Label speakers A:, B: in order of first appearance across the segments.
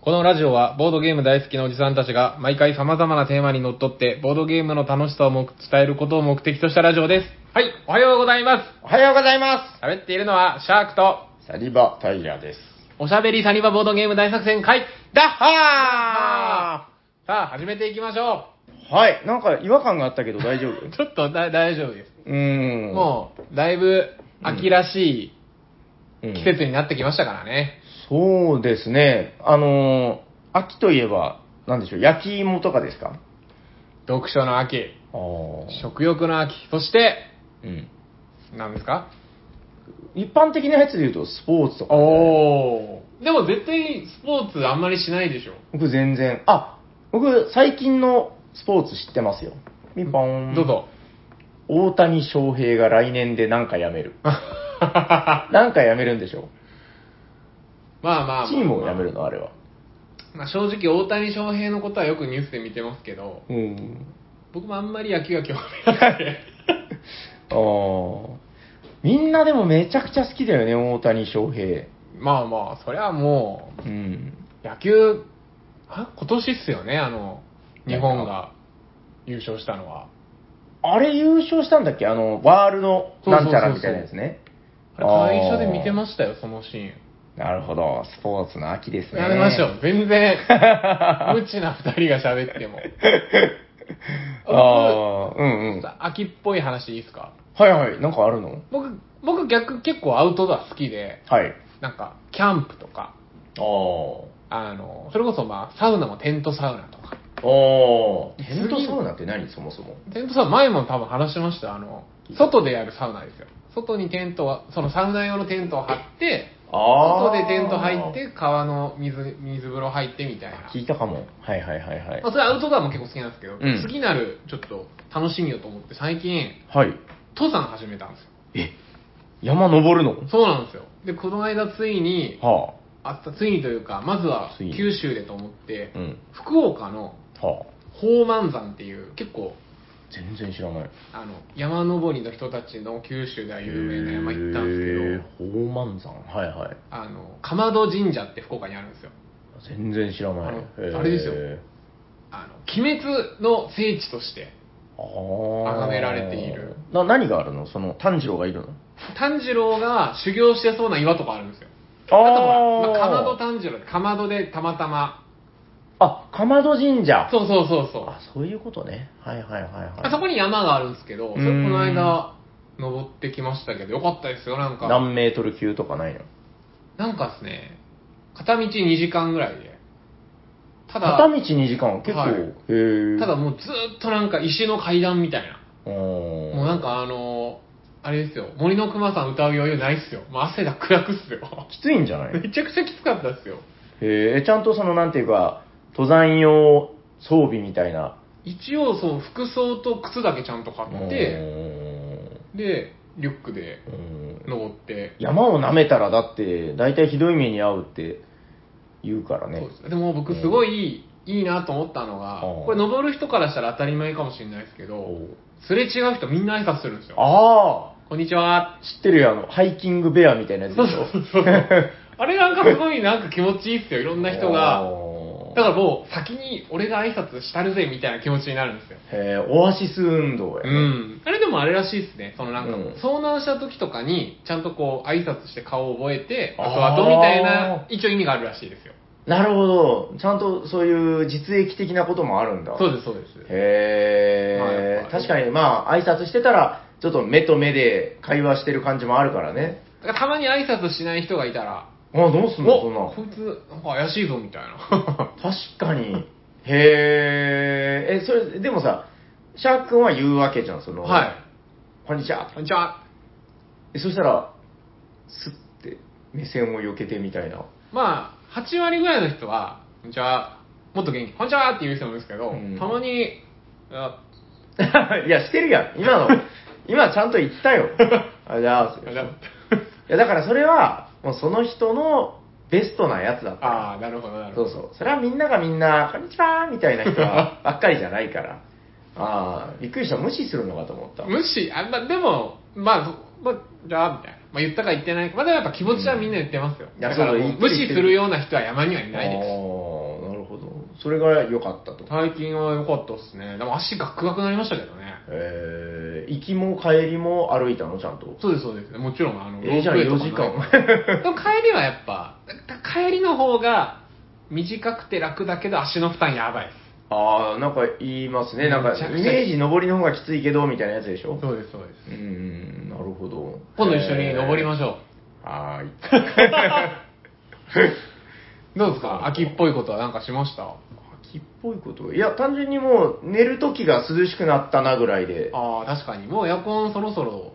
A: このラジオはボードゲーム大好きなおじさんたちが毎回様々なテーマにのっとってボードゲームの楽しさをも伝えることを目的としたラジオです。はい、おはようございます。
B: おはようございま
A: 喋っているのはシャークと
B: す。サリバ・タイラです。
A: おしゃべりサニバボードゲーム大作戦会
B: ダッ
A: さ
B: ハ
A: あ、始めていきましょ
B: ーはい、なんか違和感があったけど大丈 夫
A: う。ちょっとだ大丈夫です。
B: うーん。
A: もう、だいぶ秋らし
B: う
A: い
B: ん
A: 季節になってきましたからね。
B: そうですね。あのー、秋といえば、なんでしょう、焼き芋とかですか
A: 読書の秋、
B: ああ。
A: 食欲の秋、そして、
B: うん。
A: 何ですか
B: 一般的なやつで言うと、スポーツとか。
A: おー。でも絶対スポーツあんまりしないでしょ。
B: 僕全然、あ、僕最近のスポーツ知ってますよ。ピンポン。
A: どう。 ぞ。
B: 大谷翔平が来年でなんか辞 める。なんか辞めるんでしょ
A: まあまあまあ
B: チームを辞めるのあれは。
A: まあ正直大谷翔平のことはよくニュースで見てますけど、
B: うん。
A: 僕もあんまり野球は興味なく て。
B: あーみんなでもめちゃくちゃ好きだよね、大谷翔平。
A: まあまあ、そりゃも
B: うん。
A: う、野球、あ今年っすよね、あの、日本が優勝したのは。
B: あれ優勝したんだっけあの、ワールドなんちゃらみたいなやつね。
A: あれ、会社で見てま
B: し
A: したよ、そのシーン。
B: た。なるほど、スポーツの秋ですね。
A: やめましょう。全 然、無知な二人が喋っても。
B: ああ、うんうん。
A: 秋っぽい話いいですか
B: はいはい、なんかあるの
A: 僕、僕逆結構アウトドア好きで、
B: はい。
A: なんか、キャンプとか、
B: ああ。
A: あの、それこそまあ、サウナもテントサウナとか。
B: ああ。テントサウナって何そもそも。
A: テントサウナ、前も多分話しました、あの、外でやるサウナですよ。外にテントは、そのサウナ用のテントを張って、
B: ああ。
A: 外でテント入って、川の水、水風呂入ってみたいな。
B: 聞いたかも。はいはいはいはい
A: まあ、。それアウトドアも結構好きなんですけど、
B: うん
A: 次なるちょっと楽しみよと思って最近、
B: はい。
A: 登山始めたんですよ。
B: え、山登るの
A: そうなんですよ。で、この間ついに、
B: は
A: あった、ついにというか、まずは
B: ついに
A: 九州でと思って
B: あ。う、ん。
A: 福岡の
B: はあ。
A: 宝満山っていう、結構、
B: 全然知らない。
A: あの、山登りの人たちの九州では有名な山行ったんですけど、
B: けど。宝満山はいはい。
A: あの、かまど神社って福岡にあるんですよ。
B: 全然知らない。
A: あの
B: へー
A: あれですよあの、鬼滅の聖地として、
B: ああ。
A: 崇められている。
B: な、何があるのその、炭治郎がいるの
A: 炭治郎が修行してそうな岩とかあるんですよ。
B: あ
A: あとほら、まあ、かまど炭治郎、かまどでたまたま、
B: あ、かまど神社。
A: そうそうそうそう。
B: あ、そういうことね。はいはいはい
A: あそ
B: は
A: こに山があるんですけど、それ
B: う
A: こ
B: ん
A: の間、登ってきましたけど、よかったですよ、なん
B: い。
A: か。
B: 何メートル級とかないの
A: なんかですね、片道2時間ぐらいで。ただ、
B: 片道2時間結構。
A: はい
B: へえ。
A: ただ、もうずーっとなんか石の階段みたいな。も
B: も
A: うなん。かあのーあれですよ、森の熊さん歌う余裕ないっすよ。もう汗だくらくっすよ。
B: きついんじ ゃない
A: めちゃくちゃきつかったっすよ。
B: へえ、ちゃんとその、なんていうか、登山用装備みたいな。
A: 一応、その服装と靴だけちゃんと買って、で、リュックで
B: うん、うん
A: 登って。
B: 山を舐めたらだって、大体ひどい目に遭うって言うから
A: そう
B: ね
A: で。すでも僕すごいいいなと思ったのが、
B: うん
A: これ登る人からしたら当たり前かもしれないですけど、すれ違う人みんな挨拶するんですよ。
B: ああ
A: こんにちは。
B: 知ってるよ、あの、ハイキングベアみたいなやつでしょ。
A: あれなんかすごいなんか気持ちいいっすよ、いろんな人 が。
B: おー
A: だからもう先に俺が挨拶したるぜみたいな気持ちになるんですよ。
B: へえ、オアシス運動や
A: う
B: ね。
A: ん。あれでもあれらしいっすね。そのなんか、
B: うん
A: 遭難した時とかに、ちゃんとこう挨拶して顔を覚えて、
B: あー
A: 後々みたいな、一応意味があるらしいですよ。
B: なるほど。ちゃんとそういう実益的なこともあるんだ。
A: そうです、そうです。まあや
B: へ
A: っ
B: え、
A: ぱ
B: 確かに、まあ、挨拶してたら、ちょっと目と目で会話してる感じもあるからね。
A: だからたまに挨拶しない人がいたら、
B: あ、どうすんのそんな
A: お
B: の
A: こいつ、なんか怪しいぞみたい な。
B: 確かに。へえ、え、それ、でもさ、シャーク君は言うわけじゃん、その、
A: はい。
B: こんにちは。
A: こんにちは。
B: えそしたら、スッて目線を避けてみた いな。
A: まあ、8割ぐらいの人は、こんにちは、もっと元気、こんにちはって言う人もいるんですけど、
B: うん
A: たまに、あ
B: いや、してるやん。今の、今ちゃんと言ったよ。あじゃあ、
A: あだ
B: いや、だからそれは、もうその人のベストなやつだった。
A: あー、なるほど、なる
B: そ
A: ほ
B: う
A: ど。
B: そう。それはみんながみんな、こんにちはみたいな人はばっかりじゃないから。ああ、びっくりした。無視するのかと思った。
A: 無視、あ、まあ、でも、まあ、そまあ、じゃあ、みたいな。まあ、言ったか言ってないか。まあ、でもやっぱ気持ちはみんな言ってますよ。
B: うん
A: だからもう
B: いやそう
A: 無
B: 言ってる
A: 視するような人は山にはいないです。
B: おそれが良かったと。
A: 最近は良かったっすね。でも足ガクガクになりましたけどね。
B: えー、行きも帰りも歩いたのちゃんと。
A: そうです、そうです。もちろん、あの、
B: えーじゃあ
A: ロープウェイとかないでも帰りはやっぱ、帰りの方が短くて楽だけど足の負担やばいです。
B: ああ、なんか言いますね。なんか、
A: めちゃくちゃ
B: イメージ上りの方がきついけど、みたいなやつでしょ
A: そうです、そうです。
B: うーん、なるほど。
A: 今度一緒に登りまし
B: ょう。
A: ょ
B: はーい。
A: う。どうですか秋っぽいことはなんかしました
B: 秋っぽいこといや、単純にもう、寝る時が涼しくなったなぐらいで。
A: ああ、確かに。もうエアコンそろそろ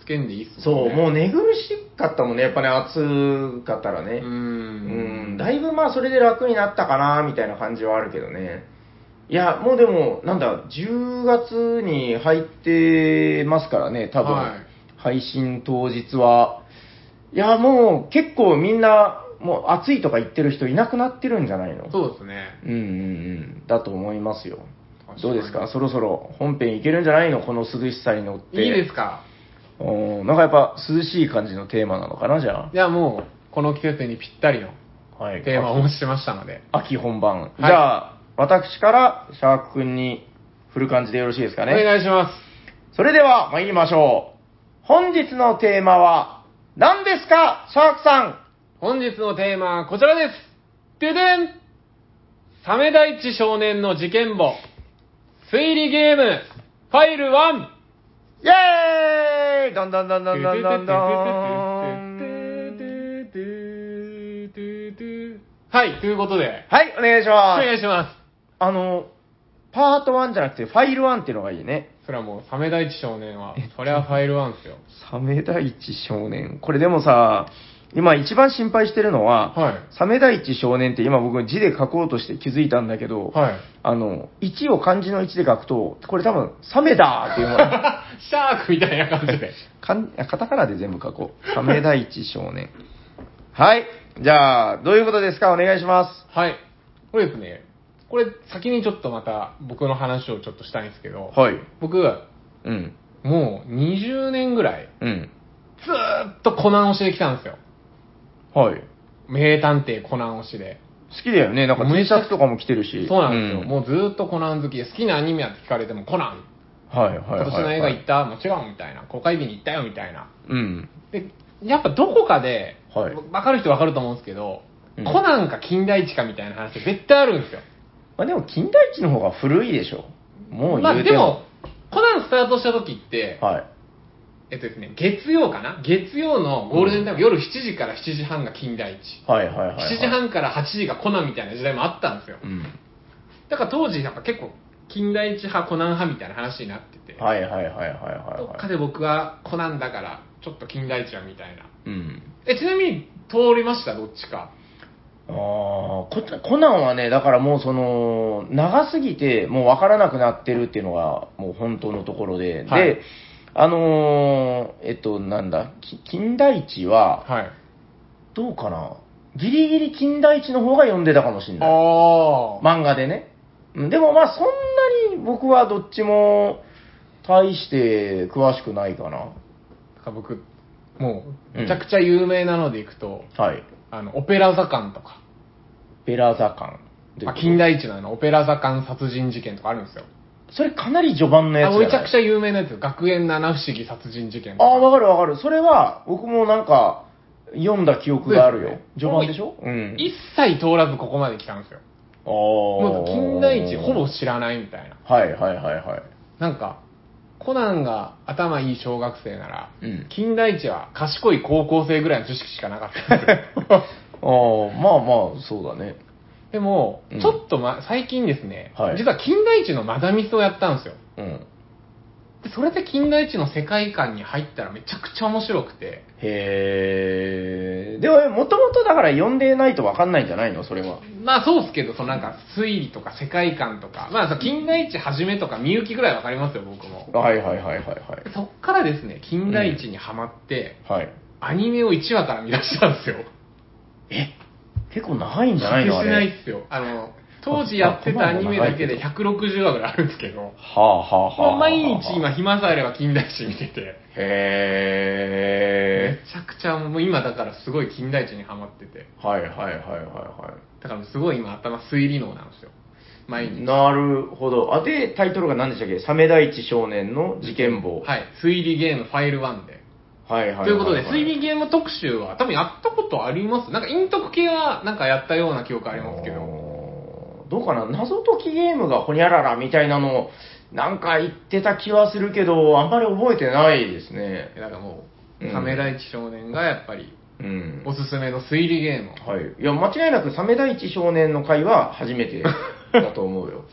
A: つけんでいいっす
B: そ
A: もん
B: う、
A: ね。
B: もう寝苦しかったもんね。やっぱね、暑かったらね。
A: うー
B: うん
A: ん。
B: だいぶまあそれで楽になったかなみたいな感じはあるけどね。いや、もうでも、なんだ、10月に入ってますからね、多分。
A: はい
B: 配信当日は。いや、もう結構みんな、もう暑いとか言ってる人いなくなってるんじゃないの
A: そうですね。
B: うんうんうん。だと思いますよ。
A: 確か
B: どう
A: に
B: ですかそろそろ本編いけるんじゃないのこの涼しさに乗って。
A: いいですか
B: うんなんかやっぱ涼しい感じのテーマなのかなじゃ
A: じゃあもう、この季節にぴったりの
B: あ。は
A: テーマをお持ちしましたので。
B: 秋本番。じゃあ、私からシャーク君に振る感じでよろしいですか
A: お
B: ね。
A: 願いします。
B: それでは参りましょう。本日のテーマは何ですか、シャークさん。
A: 本日のテーマはこちらです。ででんサメ大地少年の事件簿、推理ゲーム、ファイル 1!
B: イェーイどんどんどんどんどんどんど ん。
A: はい、ということで、
B: はい、お願いし
A: お
B: ま
A: 願い
B: す。
A: しま
B: あの、パート1じゃなくてファイル1っていうのがいいね。
A: す。それはもう、サメ大地少年は、それはファイル1ですよ。
B: サメ大地少年。これでもさ、今一番心配してるのは、
A: はい。
B: サメ大地少年って今僕字で書こうとして気づいたんだけど、
A: はい。
B: あの、1を漢字の1で書くと、これ多分、サメだーっていうのが
A: シャークみたいな感じで。
B: かんあカタカナで全部書こう。サメ第一少年。はい。じゃあ、どういうことですかお願いします。
A: はい。これですね、これ先にちょっとまた僕の話をちょっとしたいんですけど、
B: はい。
A: 僕、
B: うん。
A: もう20年ぐらい、
B: うん。
A: ずーっとコナン推しで来たんですよ。
B: はい。
A: 名探偵コナン推しで。
B: 好きだよね。なんか T シャツとかも着てるし。
A: そうなんですよ。
B: う
A: もうずーっとコナン好きで、好きなアニメはって聞かれてもコナン。
B: はいはいはい、
A: 今
B: はい。
A: 年の映画行った、もちろんみたいな。公開日に行ったよみたいな。
B: うん。
A: で、やっぱどこかで、
B: はい
A: わかる人わかると思うんですけど、
B: うん
A: コナンか金田一かみたいな話絶対あるんですよ。
B: まあでも、金田一の方が古いでしょ。もう
A: ま
B: 言
A: あ
B: うて
A: で
B: も
A: も。、コナンスタートした時って、
B: はい。
A: えっとですね、月曜かな月曜のゴールデンタイム、夜7時から7時半が金田一。
B: はいはいはい、はい。
A: 7時。半から8時がコナンみたいな時代もあったんですよ。
B: うん。
A: だから当時やっぱ結構、金田一派、コナン派みたいな話になってて、
B: はいはいはいはいはい、
A: どっか
B: は
A: で僕はコナンだから、ちょっと金田一はみたいな。
B: い。うん。
A: え、ちなみに通りました、どっちか。
B: ああ、ココナンはね、だからもうその、長すぎて、もう分からなくなってるっていうのが、もう本当のところで。
A: はい
B: で、あのーえっと、なんだ、き金田一は、
A: はい。
B: どうかな、ギリギリ金田一の方が読んでたかもしれ
A: あ
B: ない。
A: あ、
B: 漫画でね。うんでもまあ、そんなに僕はどっちも、大して詳しくないかな。
A: だから僕、もう、
B: うん
A: めちゃくちゃ有名なのでいくと、
B: はい。
A: あの、オペラ座館とか、
B: ベラザカン。
A: まあ、金田一のあの、オペラ座館殺人事件とかあるんですよ。
B: それかなり序盤のや
A: あ
B: つじ
A: め
B: ゃない
A: ちゃくちゃ有名なやつ、学園七不思議殺人事件と
B: ああ、わ
A: か。
B: かるわかる。それは、僕もなんか、読んだ記憶があるよ
A: です。
B: 序盤でしょうん。
A: 一切通らずここまで来たんですよ。
B: ああ。
A: もう金田一ほぼ。知らないみたいな。
B: はいはいはいはい。
A: なんか、コナンが頭いい小学生なら、
B: うん
A: 金田一は賢い高校生ぐらいの知識しかなかったんですよ
B: ああ、まあまあ、そうだね。
A: でも、
B: うん
A: ちょっと、ま、最近ですね、
B: はい
A: 実は金田一のマダミスをやったんですよ。
B: うん。
A: でそれで金田一の世界観に入ったらめちゃくちゃ面白くて、
B: へえ。でも、もともとだから読んでないとわかんないんじゃないのそれは。
A: まあそうっすけど、そのなんか推理とか世界観とか、まあその金田一はじめとかみゆきぐらいわかりますよ、僕も。
B: はいはいはいはいはい。
A: そっからですね、金田一にハマって、
B: はい。
A: アニメを1話から見出したんですよ。
B: え結構長いんじゃないのあ
A: しない
B: れ。
A: っすよ。あの、当時やってたアニメだけで160話ぐらいあるんですけど、
B: はあはあはあは
A: も
B: あ。
A: う毎日今。暇さえあれば近代史見てて、め
B: へ
A: ちゃくちゃもう今だからすごい近代史にハマってて、
B: ー。はいはいはいはいは
A: だからすごい今頭推理能なんですよ。毎
B: い。
A: 日。
B: なるほど。あ、で、タイトルが何でしたっけサメ第一少年の事件簿。
A: はい。推理ゲームファイル1で。
B: はいはい。
A: ということで、推理ゲーム特集は多分やったことありますなんか、陰徳系はなんかやったような記憶ありますけど。
B: おーどうかな謎解きゲームがほにゃららみたいなのなんか言ってた気はするけど、あんまり覚えてないですね。
A: だからも
B: う
A: う、
B: ん
A: サメライチ少年がやっぱり、
B: うん。
A: おすすめの推理ゲームを。
B: はい。いや、間違いなくサメ第一少年の会は初めてだと思 うよ。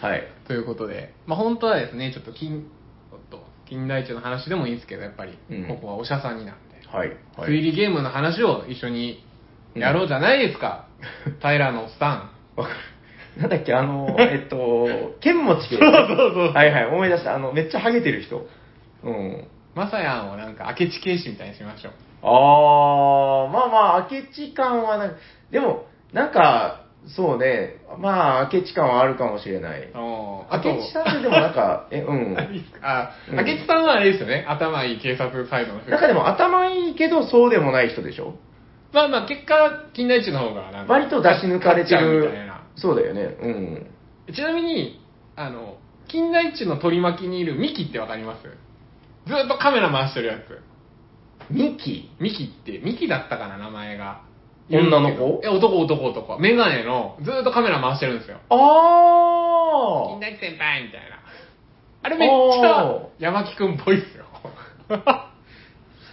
B: はい。
A: ということで、まあ本当はですね、ちょっと金、おっと、金田一の話でもいいんですけど、やっぱり
B: うん、
A: ここはおしゃさんになって、
B: はい。は
A: 推
B: い。
A: 理ゲームの話を一緒にやろうじゃないですか。平のおっさん。
B: わかる。なんだっけ、あの、えっと、剣持
A: そ
B: ち
A: うそう
B: はいはい、思い出した。あの、めっちゃハゲてる人。うん。
A: まさやんをなんか、明智警視みたいにしましょう。
B: あー、まあまあ、明智感はな、でも、なんか、そうね、まあ、明智感はあるかもしれない。
A: おーあと
B: 明智さんってでもな んか、え、うん。
A: あ、
B: うん
A: 明智さんはあれですよね。頭いい警察サイドの人。
B: なんかでも頭いいけど、そうでもない人でしょ
A: まあまあ、結果、金田一の方がなんか、
B: 割と出し抜か
A: 勝っ
B: れて
A: ちゃうみ
B: る
A: たいな。。
B: そうだよね、うん。
A: ちなみに、あの、金田一の取り巻きにいるミキってわかりますずっとカメラ回してるやつ。
B: ミキ
A: ミキって、ミキだったかな、名前が。
B: 女の子
A: いや、男男男。メガネの、ずっとカメラ回してるんですよ。
B: あ
A: 金
B: ー
A: 田一先輩みたいな。あれめっちゃ
B: お、
A: 山木くんっぽいっすよ。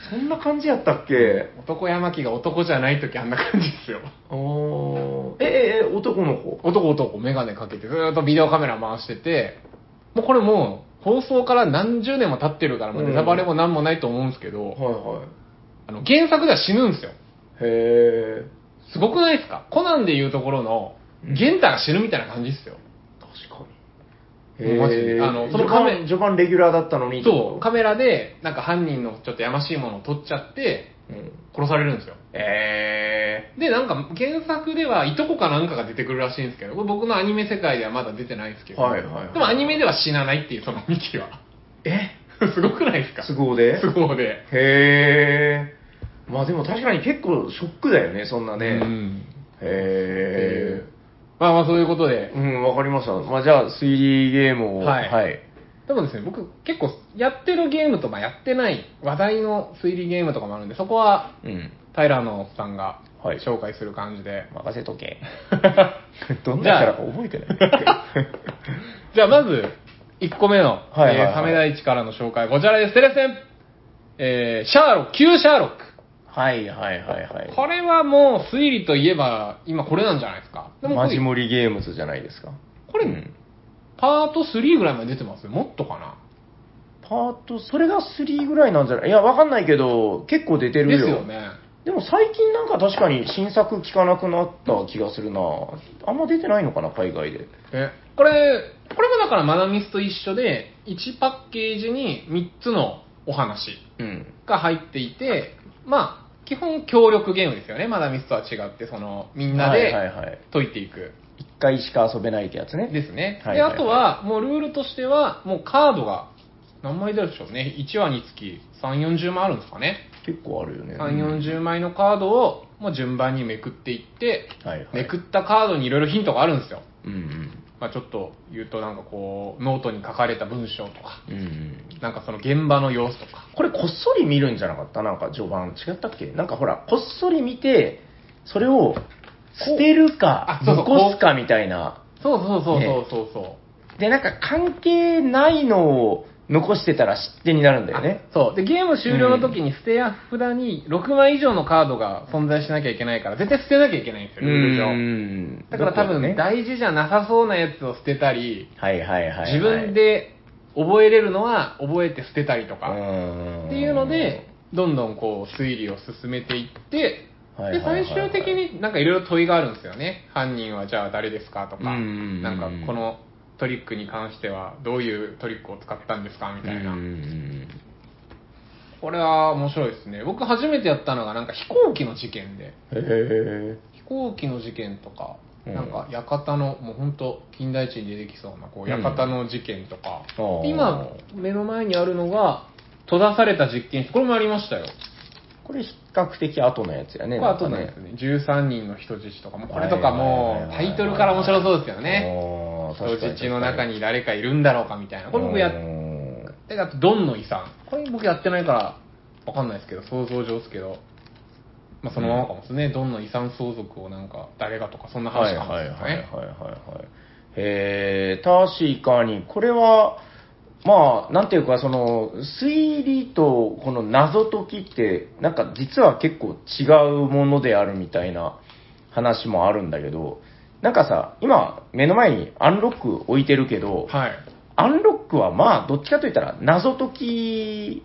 B: そんな感じやったっけ
A: 男山木が男じゃない時あんな感じですよ。
B: おー。え、え、え男の子
A: 男男メガネかけてずーっとビデオカメラ回してて、もうこれもう放送から何十年も経ってるからもうネタバレも何もないと思うんですけど、
B: は
A: あの原作では死ぬんですよ。
B: いはい。へー。
A: すごくないですかコナンでいうところの、
B: うん
A: ゲンタが死ぬみたいな感じですよ。
B: 確か
A: もう
B: に。
A: マジであのその
B: 序盤
A: 仮面
B: 序盤レギュラーだったのにって
A: そ
B: こ
A: う、カメラでなんか犯人のちょっとやましいものを撮っちゃって、
B: とうん。
A: 殺されるんですよ。
B: え
A: で、なんか原作ではいとこかなんかが出てくるらしいんですけど、これ僕のアニメ世界ではまだ出てないんですけど、
B: はいはいはい
A: でもアニメでは死なないっていうそのミキは。
B: ー、え
A: すごくないですか
B: 都合で
A: 都合で。
B: へー。まあでも確かに結構ショックだよね、そんなね。
A: うん
B: へ
A: まあまあそういうことで
B: ー。、うん、わかりました。まあじゃあ、推理ゲームを。
A: はい
B: はい。
A: でもですね、僕結構やってるゲームとまあやってない話題の推理ゲームとかもあるんで、そこは
B: うん。
A: 平野さんが
B: はい
A: 紹介する感じで。
B: 任せとけ。
A: ど
B: ど
A: ん
B: ん
A: なキャラ
B: なキャラ
A: か
B: か覚え てない。
A: じゃあまず、1個目の、
B: はいはいはい
A: えーサメ第一からの紹介、こちらです。テレセン、えーシャーロック、旧シャーロック。
B: はいはいはいはい。
A: これはもう推理といえば、今これなんじゃないですか。でも
B: マ
A: こ
B: ジ
A: れ、
B: モリゲームズじゃないですか。
A: これ
B: うん
A: パート3ぐらいまで出てますもっとかな
B: パート、それが3ぐらいなんじゃないいや、わかんないけど、結構出てる
A: で
B: よ。
A: すよね。
B: でも最近なんか確かに新作聞かなくなった気がするなあんま出てないのかな、海外で。
A: えこれ、これもだからマナミスと一緒で、1パッケージに3つのお話
B: うん。
A: が入っていて、まあ、基本協力ゲームですよね。マナミスとは違って、その、みんな
B: はいはい
A: で
B: はい。
A: 解いていく。
B: 一回しか遊べないってやつね。
A: ですね。
B: はい
A: で、
B: はい
A: あとは、もうルールとしては、もうカードが何枚出るでしょうね。1話につき3、40枚あるんですかね。
B: 結構あるよね。
A: 3、
B: うん
A: 40枚のカードを、もう順番にめくっていって、
B: はいはい。
A: めくったカードにいろいろヒントがあるんですよ。
B: うん
A: まあ、ちょっと言うとなんかこうノートに書かれた文章とか
B: うん。うんうん。
A: なんかその現場の様子とか
B: これこっそり見るんじゃなかったなんか序盤違ったっけなんかほら、こっそり見て、それを捨てるか
A: あ、そうそう
B: 残すかみたいな。
A: そうそうそう
B: ね
A: そうそうそ
B: で、なんか関係ないのを残してたら失点になるん
A: う
B: だよね。
A: あそうでゲーム終了の時に捨てや札に6枚以上のカードが存在しなきゃいけないから絶対捨てなきゃいけないんですよルール上
B: ん
A: だから多
B: どこ
A: 分
B: ね
A: 大事じゃなさそうなやつを捨てたり
B: はいはいはいはい。
A: 自分で覚えれるのは覚えて捨てたりと
B: う
A: か
B: ん
A: っていうので、どんどんこう推理を進めていって
B: はい
A: で、
B: はいはい
A: 最
B: はい
A: 終的になんかいろいろ問いがあるんですよね。犯人はじゃあ誰ですかとか、
B: うんうんうん
A: なんかこのトリックに関してはどういうトリックを使ったんですかみたいな。
B: うんうんうん
A: これは面白いですね。僕初めてやったのがなんか飛行機の事件で。
B: へえ
A: 飛行機の事件とか、
B: うん
A: なんか館のもう本当近代地に出てきそうなこ
B: う
A: うん館の事件とか、
B: あー
A: 今目の前にあるのが閉ざされた実験室これもありましたよ
B: これ比較的後のやつやね。
A: これあとで
B: なん
A: す
B: かね
A: ね13人の人質とかもこれとか
B: はい
A: もう
B: はい
A: タ
B: はいはい
A: イトルから面白そうですよね
B: あー確か
A: 人
B: に
A: 質の中に誰かいるんだろうかみたいなこれ僕やっ
B: うん
A: であとドンの遺産これ僕やってないからわかんないですけど想像上ですけどまあそのままかもですね、ドンの遺産相続をなんか誰がとかそんな
B: は
A: 話
B: い
A: かもし
B: はい
A: れ
B: はいは
A: ない
B: いはい
A: ね
B: はい。えー、確かに、これは、まあ、なんていうか、その、推理とこの謎解きって、なんか実は結構違うものであるみたいな話もあるんだけど、なんかさ、今、目の前にアンロック置いてるけど、
A: はい
B: アンロックはまあ、どっちかといったら謎解き、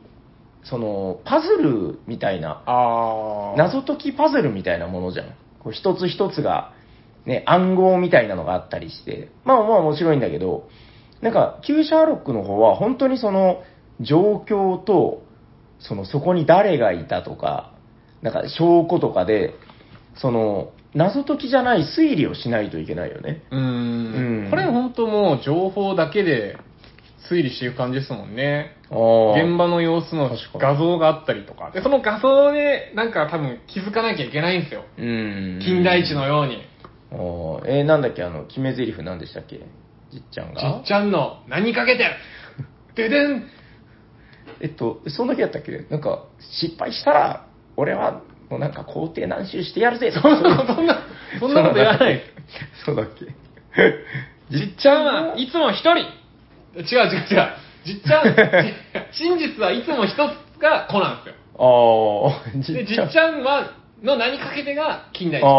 B: その、パズルみたいな
A: ああ
B: 謎解きパズルみたいなものじゃん。こう一つ一つが、ね、暗号みたいなのがあったりして、まあまあ面白いんだけど、なんか、旧シャーロックの方は本当にその状況と、そのそこに誰がいたとか、なんか証拠とかで、その、謎解きじゃない推理をしないといけないよね。
A: うーん
B: うん
A: これ本当もう情報だけで推理していく感じですもんね
B: ああ
A: 現場の様子の
B: 確か
A: 画
B: に
A: 像があったりとかでその画像でなんか多分気づかなきゃいけないんですよ
B: うん。
A: 金田一の
B: あ
A: ように
B: あえーなんだっけ、あの、決め台詞なんでしたっけじっちゃんが。
A: じっちゃんの何かけ てででん
B: えっと、その日やったっけなんか、失敗したら、俺は、もうなんか皇帝何周してやる ぜ
A: そんな、そんな、 そんなこと言わない。
B: そうだっけ
A: じっちゃんはいつも一人。違う違う違う。じっち ゃん、じ真実はいつも一つが子なんです
B: ああ、
A: よ。で、じっ
B: ゃん
A: ちゃんは、の何かけてが近代
B: あ
A: 一。
B: あ、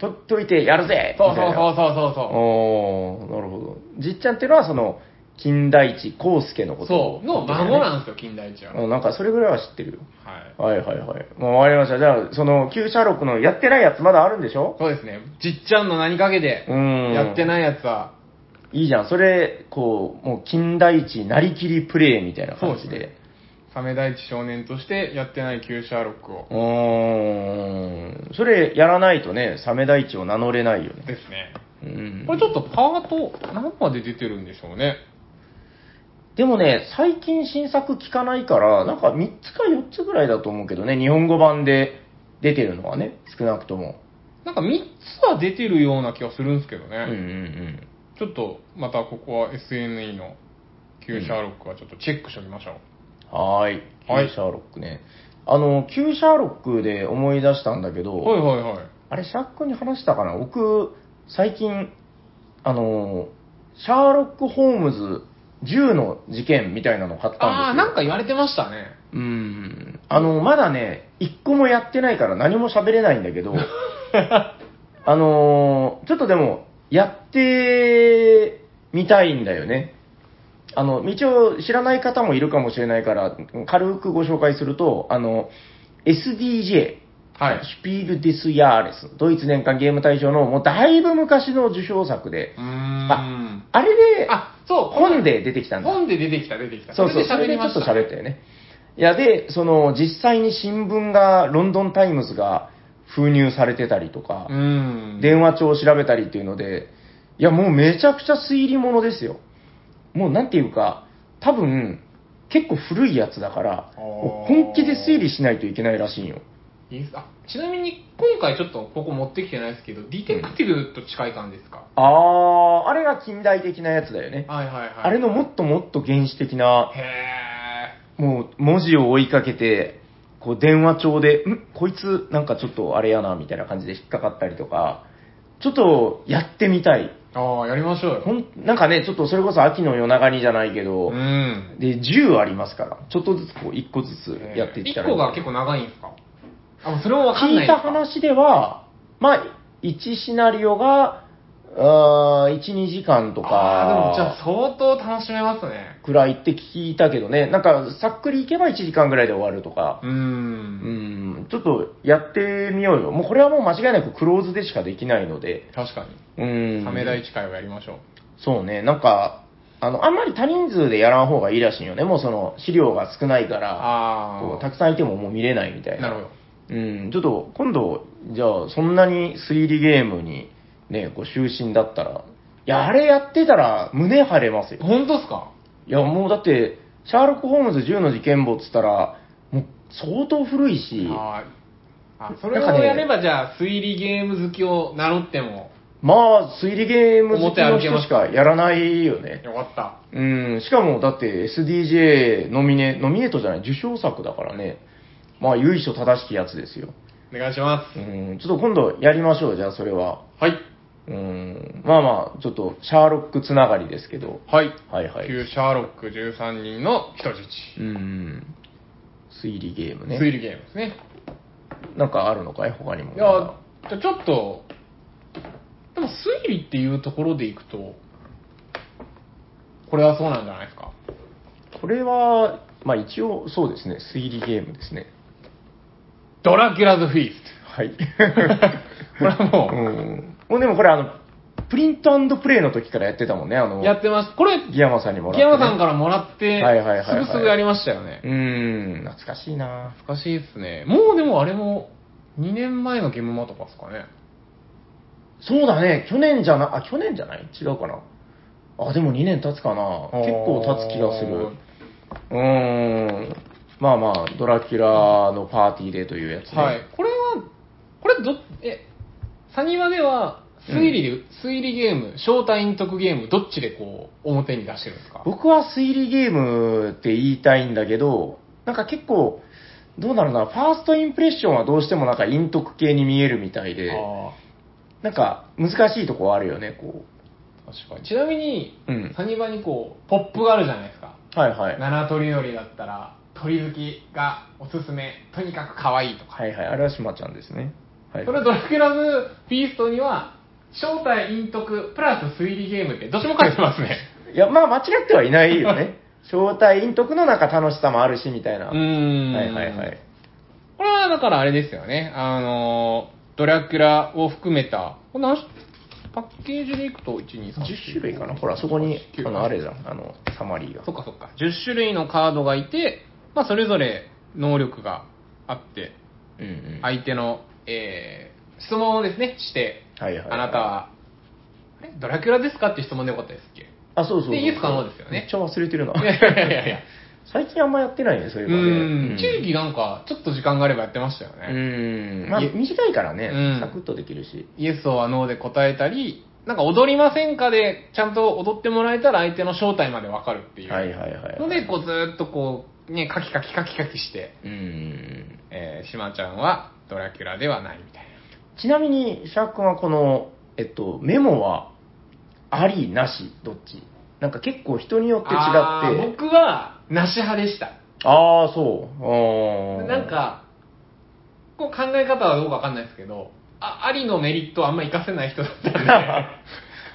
B: とっといてやるぜ
A: そうそうそう
B: う
A: そうそうそう。
B: ああ、なるほど。じっちゃんっていうのは、その、金田一康介のこと
A: そう、の孫なんですよ、近代一は。はい。
B: んなんか、それぐらいは知ってるよ。はいはいはい。もう終わかりました。じゃあ、その、旧シャーロックのやってないやつまだあるんでしょ
A: そうですね。じっちゃんの何かけて、
B: うん。
A: やってないやつは、
B: いいじゃん。それ、こう、もう金田一なりきりプレイみたいな感じ
A: そう
B: で。
A: ですサメ大地少年としてやってない旧シャーロックを。
B: うーん。それやらないとね、サメ大地を名乗れないよね。
A: ですね。
B: うん
A: これちょっとパート、何まで出てるんでしょうね。
B: でもね、最近新作聞かないから、なんか3つか4つぐらいだと思うけどね、日本語版で出てるのはね、少なくとも。
A: なんか3つは出てるような気がするんですけどね。
B: うんうんうん。
A: ちょっとまたここは SNE の Q シャーロックはちょっとチェックしておきましょう。
B: はーい。
A: はい
B: 旧シャーロックね。あの、旧シャーロックで思い出したんだけど、
A: はいはいはい。
B: あれ、シャックに話したかな僕、最近、あのー、シャーロック・ホームズ銃の事件みたいなの買ったんですよ。
A: ああー、なんか言われてましたね。
B: うん。あの、まだね、一個もやってないから何も喋れないんだ けど、あのーちょっとでも、やってみたいんだよね。あの、一応知らない方もいるかもしれないから、軽くご紹介すると、あの、SDJ、
A: はい。
B: シュピール・ディス・ヤーレス、ドイツ年間ゲーム大賞のもうだいぶ昔の受賞作で
A: う、ーん。
B: あれで、
A: あ、そう、
B: 本で出てきたんだ。
A: 本で出てきた出てきた。
B: そうそう、
A: それで喋りま
B: ちょ
A: し。
B: ったと喋ったよね。いや、で、その、実際に新聞が、ロンドンタイムズが封入されてたりとか
A: う、ーん。
B: 電話帳を調べたりっていうので、いや、もうめちゃくちゃ推理物ですよ。もうなんていうか、多分、結構古いやつだから、
A: あー
B: もう本気で推理しないといけないらしいよ。
A: いいですあちなみに今回ちょっとここ持ってきてないですけど、ディテクティブと近い感じですか、
B: あー、あれが近代的なやつだよね。
A: はいはいはい。
B: あれのもっともっと原始的な、
A: へえ。
B: もう文字を追いかけて、こう電話帳で、んこいつなんかちょっとあれやな、みたいな感じで引っかかったりとか、ちょっとやってみたい。
A: ああ、やりましょうよ。
B: ほん、なんかね、ちょっとそれこそ秋の夜長にじゃないけど、
A: うん。
B: で、10ありますから、ちょっとずつこう1個ずつやっていった
A: 1
B: らい
A: 個
B: い
A: が結構長いんですかあ、それもわかん
B: 聞
A: ない
B: い
A: です
B: た
A: か
B: 話では、まあ、1シナリオが、あー1、2時間とか、
A: ああ、でもじゃあ相当楽しめますね。
B: くらいって聞いたけどね、なんかさっくりいけば1時間ぐらいで終わるとか、
A: うー。
B: うんん、ちょっとやってみようよ。もうこれはもう間違いなくクローズでしかできないので、
A: 確かに。
B: うん。
A: サメ大会をやりましょう。
B: そうね、なんか、あの、あんまり多人数でやらん方がいいらしいよね。もうその、資料が少ないから、
A: あ
B: こう
A: あ
B: たくさんいてももう見れないみたい
A: な
B: な。
A: るほど。
B: うん、ちょっと今度、じゃあそんなに推理ゲームにね、ご就寝だったら、いや、あれやってたら胸張れますよ。
A: 本当っすか
B: いや、もうだって、シャーロック・ホームズ10の事件簿っつったら、もう相当古いし、
A: はい。あ、それ
B: なんか
A: を
B: ね
A: やれば、じゃあ、推理ゲーム好きを名乗っても、
B: まあ、推理ゲーム好き
A: 表
B: の
A: 歩けま
B: 人
A: す
B: しかやらないよね。
A: よかった。
B: うん、しかもだって SDJ ノミネ、ノミネートじゃない、受賞作だからね。まあ、由緒正しきやつですよ。
A: お願いしま
B: うん、ちょっと今度やりましょう、じゃあそれは。
A: す。はい。
B: うん、まあまあ、ちょっとシャーロックつながりですけど。
A: はい。
B: はいはい。
A: 旧シャーロック13人の人質。
B: うん、推理ゲーム
A: 推
B: ね。
A: 理ゲームですね。
B: なんかあるのかい他にも。
A: いや、じゃあちょっと、でも推理っていうところでいくと、これはそうなんじゃないですか。
B: これは、まあ一応そうですね、推理ゲームですね。
A: ドラキュラズフィース
B: はい。こ
A: れはもう
B: うん、もうでもこれあの、プリントプレイの時からやってたもんね、あの
A: ト。、やってます。これ、
B: ギヤマさんにもらっ
A: 木
B: て、ね。
A: 山さんからもらって
B: はいはいはい、
A: す
B: はい
A: ぐすぐやりましたよね。
B: うーん、懐かしいな
A: 難しいですね。もうでもあれも、2年前のゲームマとかですかね。
B: そうだね、去年じゃな、あ、去年じゃない違うかな。あ、でも2年経つかな。結構経つ気がする。うーん。まあまあ、ドラキュラのパーティーデーというやつね。
A: はい。これは、これど、え、サニワでは、推理で、推理ゲーム、招待隠匿ゲーム、どっちでこう、表に出してるんですか
B: 僕は推理ゲームって言いたいんだけど、なんか結構、どうだろうな、ファーストインプレッションはどうしてもなんか陰徳系に見えるみたいで、
A: あ
B: なんか難しいとこはあるよね、こ
A: あ、確かに。ちなみに、
B: う。うん。
A: サニバにこう、ポップがあるじゃないですか。
B: はいはい。
A: 七鳥のりだったら、鳥好きがおすすめ、とにかく可愛いとか。
B: はいはい、あれは島ちゃんですね。はい。
A: それドラキュラズフィーストには、正体陰徳プラス推理ゲームってどっちも書いてます ね。
B: いや、まあ間違ってはいないよ ね。正体陰徳のなんか楽しさもあるし、みたいな。
A: うーん。
B: はいはいはい。。
A: これはだからあれですよね。あのー、ドラキュラを含めた、これ何種パッケージでいくと、1、2、3、
B: 10種類かなほら、そこに、あの、あれじゃん、あの、サマリーが。
A: そっかそっか。10種類のカードがいて、まあそれぞれ能力があって、
B: うんうん。はい
A: 相手の、えー、質問をですね、して、
B: はいはい。
A: あなたは、えドラキュラですかって質問でよかったですっ け
B: あ、そうそうそう。
A: でイエスかノーですよね
B: めっちゃ忘れてるな。
A: いやいやいやいや。
B: 最近あんまやってないね、そういううのね。
A: ん。地
B: う
A: 域なんか、ちょっと時間があればやってましたよね。
B: ん。まあ、
A: いえ
B: 短いからね、
A: うん
B: サクッとできるし。
A: イエスはノーで答えたり、なんか踊りませんかで、ちゃんと踊ってもらえたら相手の正体までわかるっていう。
B: はいはいはい。
A: ので、こうずーっとこう、ね、カキカキカキカキして、
B: うん。
A: えー、シマちゃんはドラキュラではないみたい
B: ちなみに、シャーク君はこの、えっと、メモは、あり、なし、どっちなんか結構人によって違って。
A: な。
B: あ
A: あー僕は、なし派でした。
B: あー、そう。あー
A: なん、 か、こう考え方はどうかわかんないですけど、あありのメリットをあんま活かせない人だったんで、あ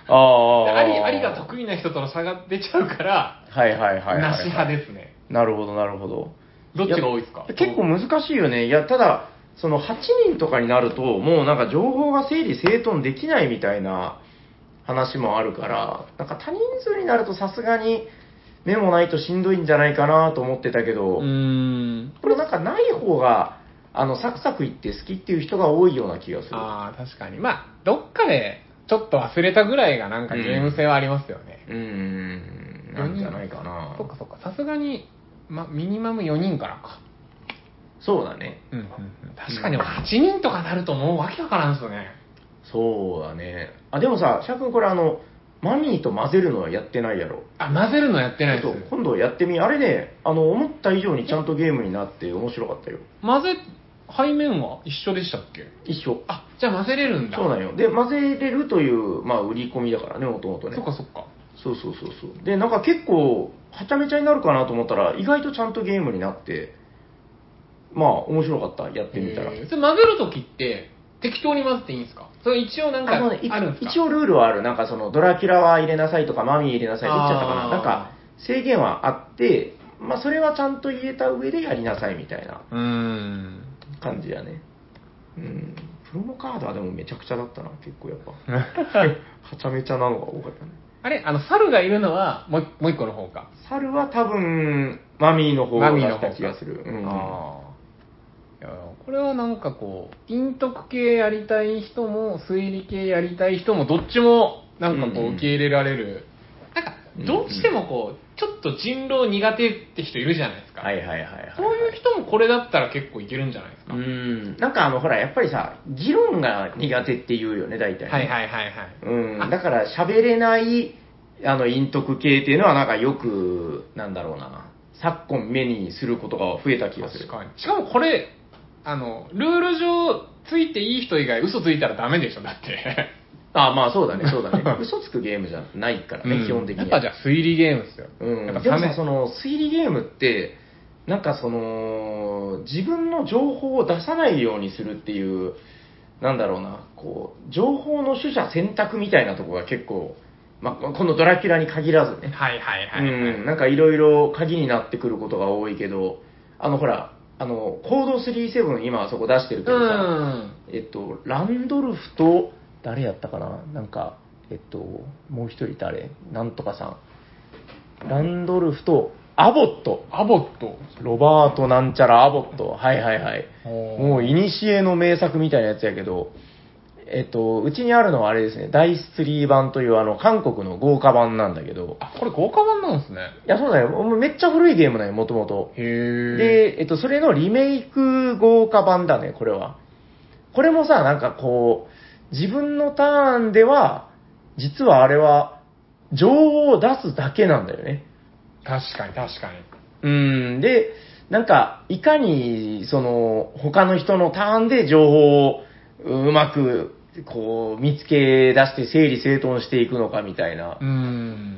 B: ああ。
A: り、ありが得意な人との差が出ちゃうから、
B: はいはいはいはい、はい。
A: なし派ですね。
B: なるほど、なるほど。
A: どっちが多いですか
B: いや結構難しいよね。いや、ただ、その8人とかになると、もうなんか情報が整理整頓できないみたいな話もあるから、なんか他人数になるとさすがにメモないとしんどいんじゃないかなと思ってたけど、
A: うーん。
B: これなんかない方が、あの、サクサクいって好きっていう人が多いような気がする。
A: ああ、確かに。まあ、どっかでちょっと忘れたぐらいがなんかゲーム性はありますよね。
B: うーん、なんじゃないかな
A: そっ。かそっか。さすがに、ま、ミニマム4人からか。
B: そうだね。
A: うんうんうん。確かに8人とかなるともうわけわからんっすよね。
B: そうだね。あ、でもさ、シャー君これあの、マミーと混ぜるのはやってないやろ。
A: あ、混ぜるのやってないです
B: そう。今度やってみあれねあの思った以上にちゃんとゲームになって面白かったよ
A: 混ぜ、背面は一緒でしたっけ
B: 一緒
A: あ、じゃあ混ぜれるんだ。
B: そうなんんよで混ぜれるという、まあ、売り込みだからねもともとね
A: そっかそっか。
B: そうそうそうそうでなんか結構はちゃめちゃになるかなと思ったら意外とちゃんとゲームになってまあ面白かったやってみたら
A: へーそれ混ぜるときって、適当に混ぜていいんですかそれ一応なんか
B: あの
A: あ
B: ね、
A: る
B: い
A: んですか
B: 一応ルールはあるなんかそのドラキュラは入れなさいとかマミー入れなさいって言っちゃったか
A: あ
B: な
A: ー
B: なんか制限はあってまあそれはちゃんと言えた上でやりなさいみたいな
A: うーん。
B: 感じやねうんプロモカードはでもめちゃくちゃだったな結構や っぱはちゃめちゃなのが多かったね
A: あれあの、猿がいるのは、もう一もう一個の方か。
B: 猿は多分マミーの方が
A: マミーの
B: 出し
A: 方
B: た気がする、うん、
A: あいやこれはなんかこう、陰徳系やりたい人も、推理系やりたい人も、どっちも、なんかこ
B: うんう
A: う、
B: ん
A: 受け入れられる。なんか、どうしてもこう、ちょっと人狼苦手って人いるじゃないですか。
B: はいはいはいはい、はい。
A: そういう人もこれだったら結構いけるんじゃないですか。
B: うーん。なんかあの、ほら、やっぱりさ、議論が苦手って言うよね、大体、ね。
A: はいはいはいはい。
B: うん。だから、喋れない、あの、陰徳系っていうのは、なんかよく、なんだろうな、昨今目にすることが増えた気がする。
A: 確かに。しかもこれ、あの、ルール上、ついていい人以外嘘ついたらダメでしょ、だって。
B: あまあそうだね、そうだ ね。嘘つくゲームじゃないからね、基本的に
A: や
B: は。
A: っぱじゃあ推理ゲームですよ。
B: うん、
A: やっぱ
B: でも
A: サメ
B: さその推理ゲームってなんかその自分の情報を出さないようにするっていうなんだろうなこう情報の取捨選択みたいなところが結構、まあ、この「ドラキュラ」に限らずね、
A: はいはいはい。
B: うん、なんかいろいろ鍵になってくることが多いけどあのほらあの「コード37」今あそこ出してるけどさ、
A: ん。
B: えっと、ランドルフと、誰やったかななんか、えっと、もう一人誰なんとかさん。ランドルフと、アボット。
A: アボット。
B: ロバートなんちゃらアボット。はいはいはい。
A: も
B: もう、いにしえの名作みたいなやつやけど、えっと、うちにあるのはあれですね、ダイスツリー版という、あの、韓国の豪華版なんだけど、
A: あ、これ豪華版なんですね。
B: いや、そうだよ。もうめっちゃ古いゲームなんよ、もともと。
A: へで、
B: で、えっと、それのリメイク豪華版だね、これは。これもさ、なんかこう、自分のターンでは、実はあれは、情報を出すだけなんだよね。
A: 確かに確かに。
B: うん、で、なんか、いかに、その、他の人のターンで情報をうまく、こう、見つけ出して整理整頓していくのかみたいな
A: う。ん。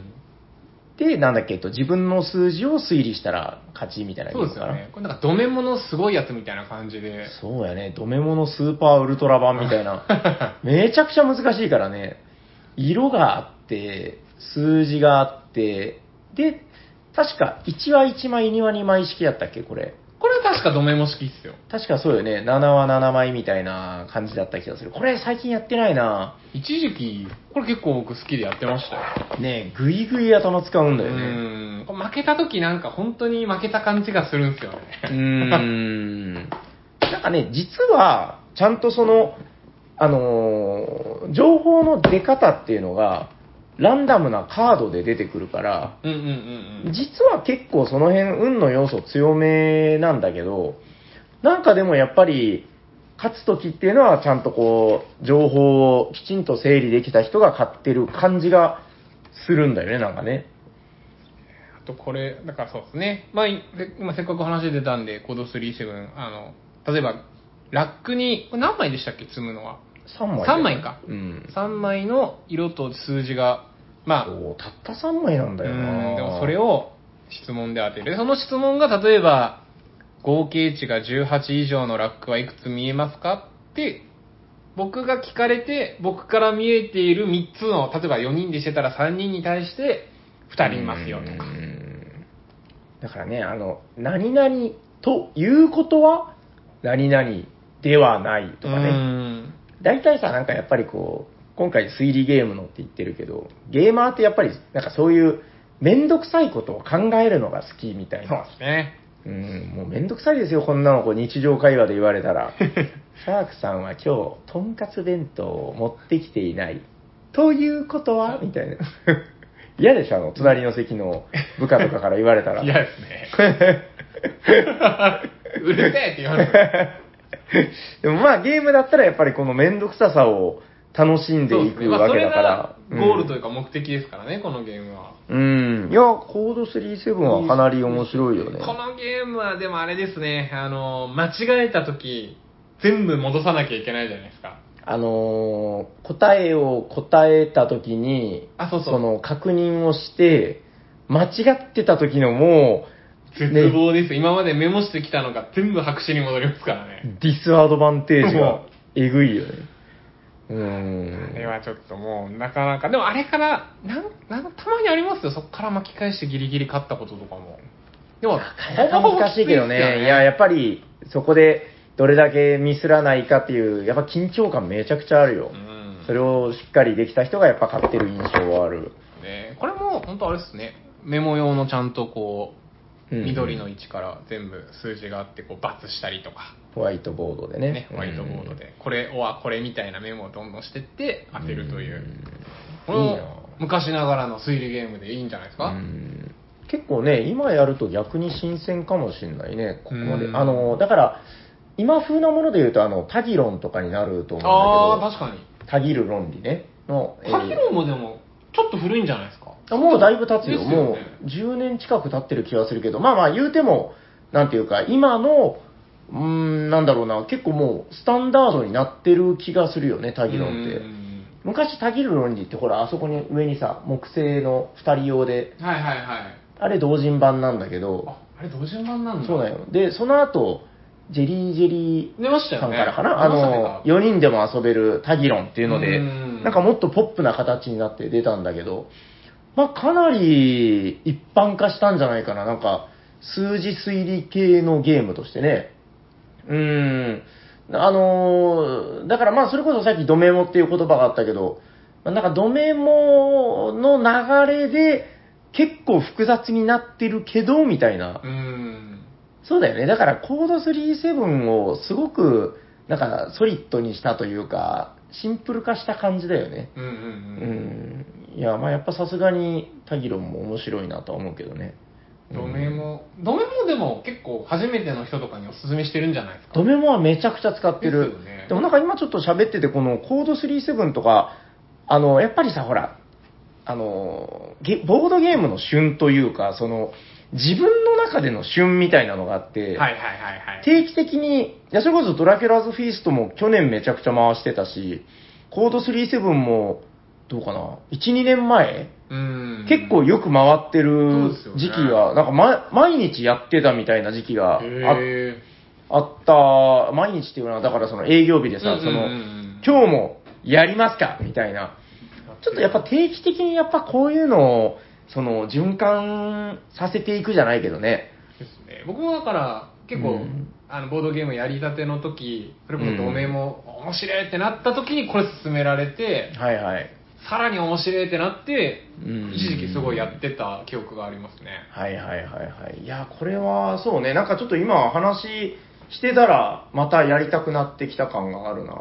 B: で、なんだっけ、えっと、自分の数字を推理したら勝ちみたいなゲ
A: そう
B: ー
A: で
B: ム
A: す
B: かな
A: よね。これなんか、ドメモのすごいやつみたいな感じで。
B: そうやね、ドメモのスーパーウルトラ版みたいな。めちゃくちゃ難しいからね。色があって、数字があって、で、確か1は1枚、2は2枚式やったっけ、これ。
A: これは確かドメモ式っすよ。
B: 確かそうよね、7は7枚みたいな感じだった気がする。これ最近やってないな
A: 一時期、これ結構僕好きでやってましたよ。
B: ねえ、ぐいぐい頭使うんだよ
A: う
B: ね。
A: ん。これ負けた時なんか本当に負けた感じがするんですよね。
B: うーん。なんかね、実は、ちゃんとその、あのー情報の出方っていうのが、ランダムなカードで出てくるから、
A: うんうんうんうん。
B: 実は結構その辺、運の要素強めなんだけど、なんかでもやっぱり、勝つときっていうのは、ちゃんとこう、情報をきちんと整理できた人が勝ってる感じがするんだよね、なんかね。
A: あとこれ、だからそうですね。まあ、いせ今せっかく話出たんで、コード37、あの、例えば、ラックに、これ何枚でしたっけ積むのは。
B: 3枚だよね。
A: 三枚か
B: うん。
A: 3枚の色と数字が、まあ、う
B: そうたった3枚なんだよ
A: ん、
B: な
A: でもそれを質問で当てる。でその質問が例えば、合計値が18以上のラックはいくつ見えますかって、僕が聞かれて、僕から見えている3つの、例えば4人でしてたら3人に対して、2人いますよとか。
B: うんだからね、あの、何々ということは、何々ではないとか
A: う
B: ね。
A: ん
B: 大体さ、なんかやっぱりこう、今回推理ゲームのって言ってるけど、ゲーマーってやっぱり、なんかそういう、めんどくさいことを考えるのが好きみたい
A: そう
B: な。
A: ですね。
B: うん、もうめんどくさいですよ、こんなのこう日常会話で言われ たら。シャークさんは今日、とんかつ弁当を持ってきていない。ということはみたいな。嫌でしょ、あの、隣の席の部下とかから言われ たら。
A: 嫌ですね。 うるせえって言われる。
B: でもまあ、ゲームだったらやっぱりこのめんどくささを楽しんでい
A: そうですね
B: く
A: まあ
B: わけだから。
A: それがゴールとい
B: うん
A: うか目的ですからね、このゲームは。
B: うん。いや、コード37はかなり面白いよね。
A: このゲームはでもあれですね、あの、間違えた時、全部戻さなきゃいけないじゃないですか。
B: あのー答えを答えた時に、
A: あ、そうそ。
B: そうの確認をして、間違ってた時のも
A: 絶望です、今までメモしてきたのが全部白紙に戻りますから
B: う
A: ね。、
B: ディスアドバンテージが
A: も
B: えぐいよね。うー
A: あれ
B: ん。
A: はちょっともう、なかなか、でもあれから、なん、なん、たまにありますよ。そこから巻き返してギリギリ勝ったこととかも。でも、
B: なかなか難しいけどね。いや、やっぱり、そこで、どれだけミスらないかっていう、やっぱ緊張感めちゃくちゃあるよ
A: う。ん
B: それをしっかりできた人がやっぱ勝ってる印象はある。
A: ね、これも本当あれですねメモ用のちゃんとこう
B: うん
A: 緑の位置から全部数字があってこう×したりとか
B: ホワイトボードでね
A: ね、ホワイトボード
B: うん
A: で、これ、おわ、これみたいなメモをどんどんしてって当てるという。これ
B: うんいい
A: も
B: な
A: 昔ながらの推理ゲームでいいんじゃないですか、
B: うん結構ね、今やると逆に新鮮かもしれないね、ここまで。
A: うん
B: あの、だから、今風なもので言うと、あの、タギ論とかになると思うんだけど、
A: ああ、確かに。
B: たぎる論理ね。の、えー
A: カヒロもでも、ちょっと古いんじゃないですか
B: あもうだいぶ経つよ。
A: ですよ
B: も
A: ね
B: う10年近く経ってる気がするけど、まあまあ言うても、なんていうか、今の、うーん、なんだろうな、結構もうスタンダードになってる気がするよね、タギ論っ
A: う
B: て。
A: ん
B: 昔タギる論理ってほら、あそこに上にさ、木製の2人用で、
A: はいはいはい。
B: あれ同人版なんだけど
A: あ、あれ、同順番なんだ。
B: そうだよ。で、その後、ジェリージェリ
A: 出まし
B: ー
A: た
B: さ
A: よ
B: ん
A: ね。
B: からかな、あの、4人でも遊べるタギ論っていうので、
A: な
B: なんかもっとポップな形になって出たんだけど、まあ、かなり一般化したんじゃないかな、なんか、数字推理系のゲームとしてね。うーん。あのーだからまあ、それこそさっきドメモっていう言葉があったけど、まあなんかドメモの流れで結構複雑になってるけど、みたいな
A: う。ん。
B: そうだよね。だからコード37をすごく、なんかソリッドにしたというか、シンプル化した感じだよね。
A: うんうん
B: う
A: うん。
B: ん、いや、まあやっぱさすがに、タギロンも面白いなとは思うけどね。
A: ドメモ、ドメモでも結構初めての人とかにおすすめしてるんじゃないですか
B: ドメモはめちゃくちゃ使っ
A: で
B: て
A: す
B: る
A: よ。ね
B: でもなんか今ちょっと喋ってて、このコード37とか、あの、やっぱりさ、ほら、あの、ゲボードゲームの旬というか、その、自分の中での旬みたいなのがあって、
A: はいはいはいはい。
B: 定期的に、いや、それこそドラキュラーズフィーストも去年めちゃくちゃ回してたし、コード37も、どうかな、1、2年前
A: うん
B: 結構よく回ってる
A: そうです
B: 時
A: よね
B: 期が、なんか、ま、毎日やってたみたいな時期があ
A: へー
B: あった、毎日っていうのは、だからその営業日でさ、
A: うんうん
B: その
A: うんうん、
B: 今日もやりますかみたいな。ちょっとやっぱ定期的にやっぱこういうのを、その、循環させていくじゃないけどね。
A: ですね僕もだから結構、
B: うん
A: あのボードゲームやりたての時それこそ同盟も面白いってなった時にこれ勧められて、
B: はいはい。
A: さらに面白いってなって
B: うん
A: 一時期すごいやってた記憶がありますね
B: はいはいはいはい。いや、これはそうね、なんかちょっと今話してたら、またやりたくなってきた感があるな。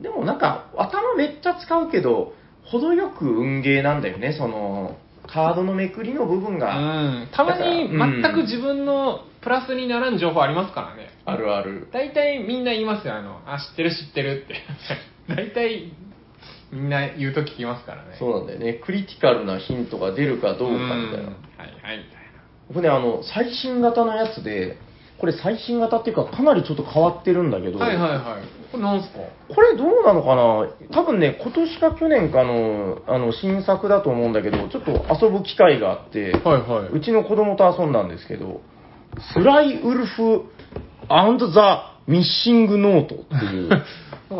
B: でもなんか、頭めっちゃ使うけど、程よく運ゲーなんだよね、その、カードのめくりの部分
A: う
B: が。
A: んたまに
B: だから
A: 全く自分のプラスにならん情報ありますからね
B: あるある。
A: 大体みんな言いますよあのあ知ってる知ってるって 大体みんな言うと聞きますからね
B: そうなんだよね、クリティカルなヒントが出るかどうかみたい
A: ん
B: な。
A: はいはいみたいな
B: 僕ね、あの、最新型のやつで、これ最新型っていうか、かなりちょっと変わってるんだけど、
A: はいはいはい。これなんすか
B: これどうなのかな多分ね、今年か去年かの、あの、新作だと思うんだけど、ちょっと遊ぶ機会があって、
A: はいは
B: うちの子供と遊んだんですけど、スライウルフザ・ミッシング・ノートってい う、
A: なんか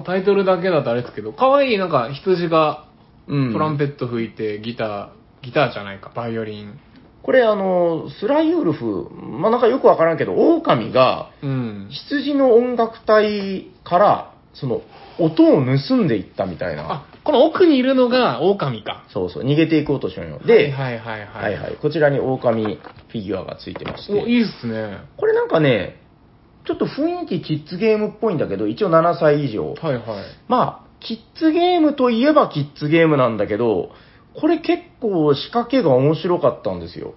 A: タイトルだけだとあれですけど、可愛いなんか羊が
B: うん
A: トランペット吹いてギター、ギターじゃないか、バイオリン。
B: これあの、スライウルフ、まあ、なんかよくわからんけど、狼が
A: うん。
B: 羊の音楽隊から、その、音を盗んでいったみたいな。
A: あ、この奥にいるのが狼か。
B: そうそう、逃げていこうとしようよ。で、
A: はいはい
B: は
A: はいい。
B: はい。こちらに狼フィギュアがついてまして。
A: お、いいっすね。
B: これなんかね、ちょっと雰囲気キッズゲームっぽいんだけど、一応7歳以上。
A: はいはい。
B: まあ、キッズゲームといえばキッズゲームなんだけど、これ結構仕掛けが面白かったんですよ。